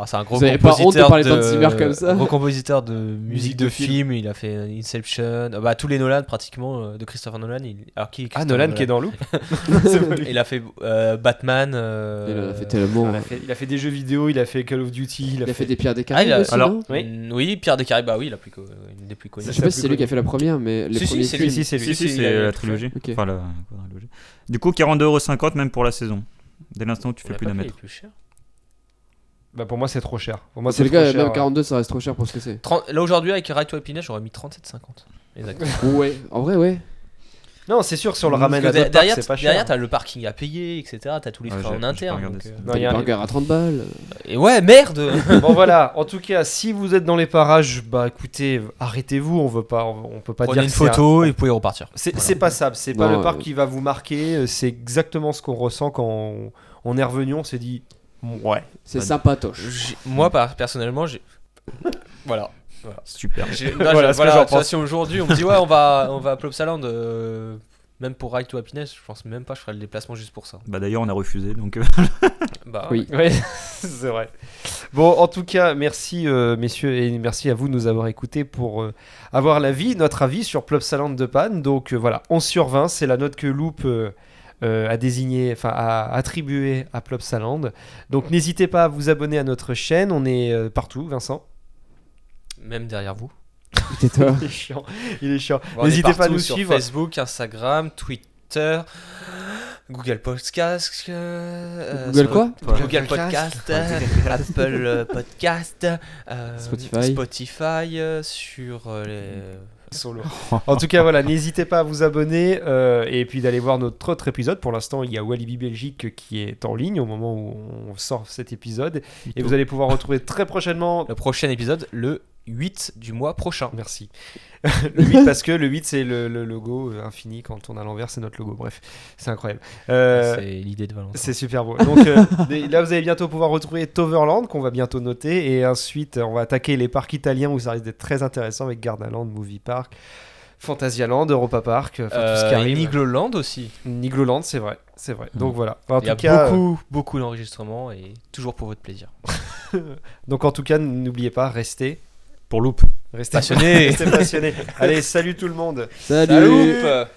Ah, c'est un gros Vous avez pas honte de compositeur parler d'Hans Zimmer comme ça gros compositeur de musique de, de film. film. Il a fait Inception, ah bah, tous les Nolan pratiquement euh, de Christopher Nolan. Il... Alors qui est Ah, Christopher Nolan qui est dans Loop. [laughs] [laughs] C'est pas lui. Il a fait euh, Batman. euh, Il en a fait tellement. hein. Il a fait- il a fait des jeux vidéo, il a fait Call of Duty, il a Il a fait fait. des pierres des Ah, il Caraïbes a- aussi, alors- non Oui. Mm, Oui, Pierre des Caraïbes, bah oui, la plus co- une des plus Je connues. sais pas si c'est lui qui a fait la première, mais les Si, si, premiers c'est films. lui. Si, c'est lui. Si, si, si, il y a- c'est il y a la tout fait. trilogie. Ok. Enfin, la quadrilogie. Du coup, 42,50€ même pour la saison. Dès l'instant où tu On fais a plus pas d'un payé mètre. plus cher. Bah, pour moi, c'est trop cher. Pour moi, C'est c'est le trop gars, cher. même 42, ça reste trop cher pour ce que c'est. 30 Là aujourd'hui, avec Right to Happiness, j'aurais mis 37,50. Exact. Ouais, en vrai, ouais. Non, c'est sûr, si on le Parce ramène que à der- d'autres parcs, derrière, c'est pas cher. hein. derrière, t'as le parking à payer, etc. T'as tous les Ouais, frais j'ai- en j'ai pas interne. regardé donc, ça. euh, Non, T'as il y des a- burgers à 30 balles. Et ouais, merde bon voilà, en tout cas, si vous êtes dans les parages, bah écoutez, arrêtez-vous, on veut pas, on, on peut pas Prenez dire une que c'est photo un- et vous pouvez repartir. C'est Voilà. c'est passable, c'est pas Non, le parc euh, qui va vous marquer, euh, c'est exactement ce qu'on ressent quand on, on est revenu, on s'est dit ouais. C'est Pas de- sympatoche. J'ai- Moi, par- personnellement, j'ai. Voilà. Super. [laughs] J'ai- non, Voilà je- ce que j'en tu vois, pense. Si aujourd'hui on me dit ouais on va on va à Plopsaland, euh, même pour Ride to Happiness, je pense même pas je ferais le déplacement juste pour ça. Bah d'ailleurs on a refusé donc euh, Bah, Oui. Ah, Ouais, [laughs] c'est vrai. Bon, en tout cas, merci euh, messieurs et merci à vous de nous avoir écoutés pour euh, avoir l'avis, notre avis sur Plopsaland de Panne. Donc euh, voilà, 11 sur 20, c'est la note que Loop euh, euh, a désignée, enfin a attribuée à Plopsaland. Donc n'hésitez pas à vous abonner à notre chaîne, on est euh, partout, [laughs] Vincent. Même derrière vous. Tais-toi. Il est chiant, il est chiant. On est N'hésitez pas à partout nous sur suivre. Facebook, Instagram, Twitter, Google Podcast, euh, Google sur- quoi Google Podcast, [laughs] euh, Apple euh, Podcast, euh, Spotify. Spotify, euh, sur euh, les. Solo. En tout cas, voilà, n'hésitez pas à vous abonner euh, et puis d'aller voir notre autre épisode. Pour l'instant, il y a Walibi Belgique qui est en ligne au moment où on sort cet épisode. Et vous allez pouvoir retrouver très prochainement. Le prochain épisode, le 8 du mois prochain. Merci. [laughs] le 8, parce que le 8, c'est le, le logo euh, infini. Quand on a l'envers, c'est notre logo. Bref, c'est incroyable. Euh, C'est l'idée de Valentin. c'est super beau. Donc [laughs] euh, des- là, vous allez bientôt pouvoir retrouver Toverland, qu'on va bientôt noter. Et ensuite, euh, on va attaquer les parcs italiens où ça risque d'être très intéressant avec Gardaland, Movie Park, Fantasialand, Europa Park, enfin, tout ce qui Euh, et arrive. Nigloland aussi. Nigloland, c'est vrai, c'est vrai. Donc voilà. En Mm. Il y a tout cas, euh, beaucoup, beaucoup d'enregistrements et toujours pour votre plaisir. euh, donc en tout cas, n'oubliez pas, restez, pour Loop. [laughs] restez Passionné [laughs] restez passionnés. Allez, salut tout le monde. Salut Salut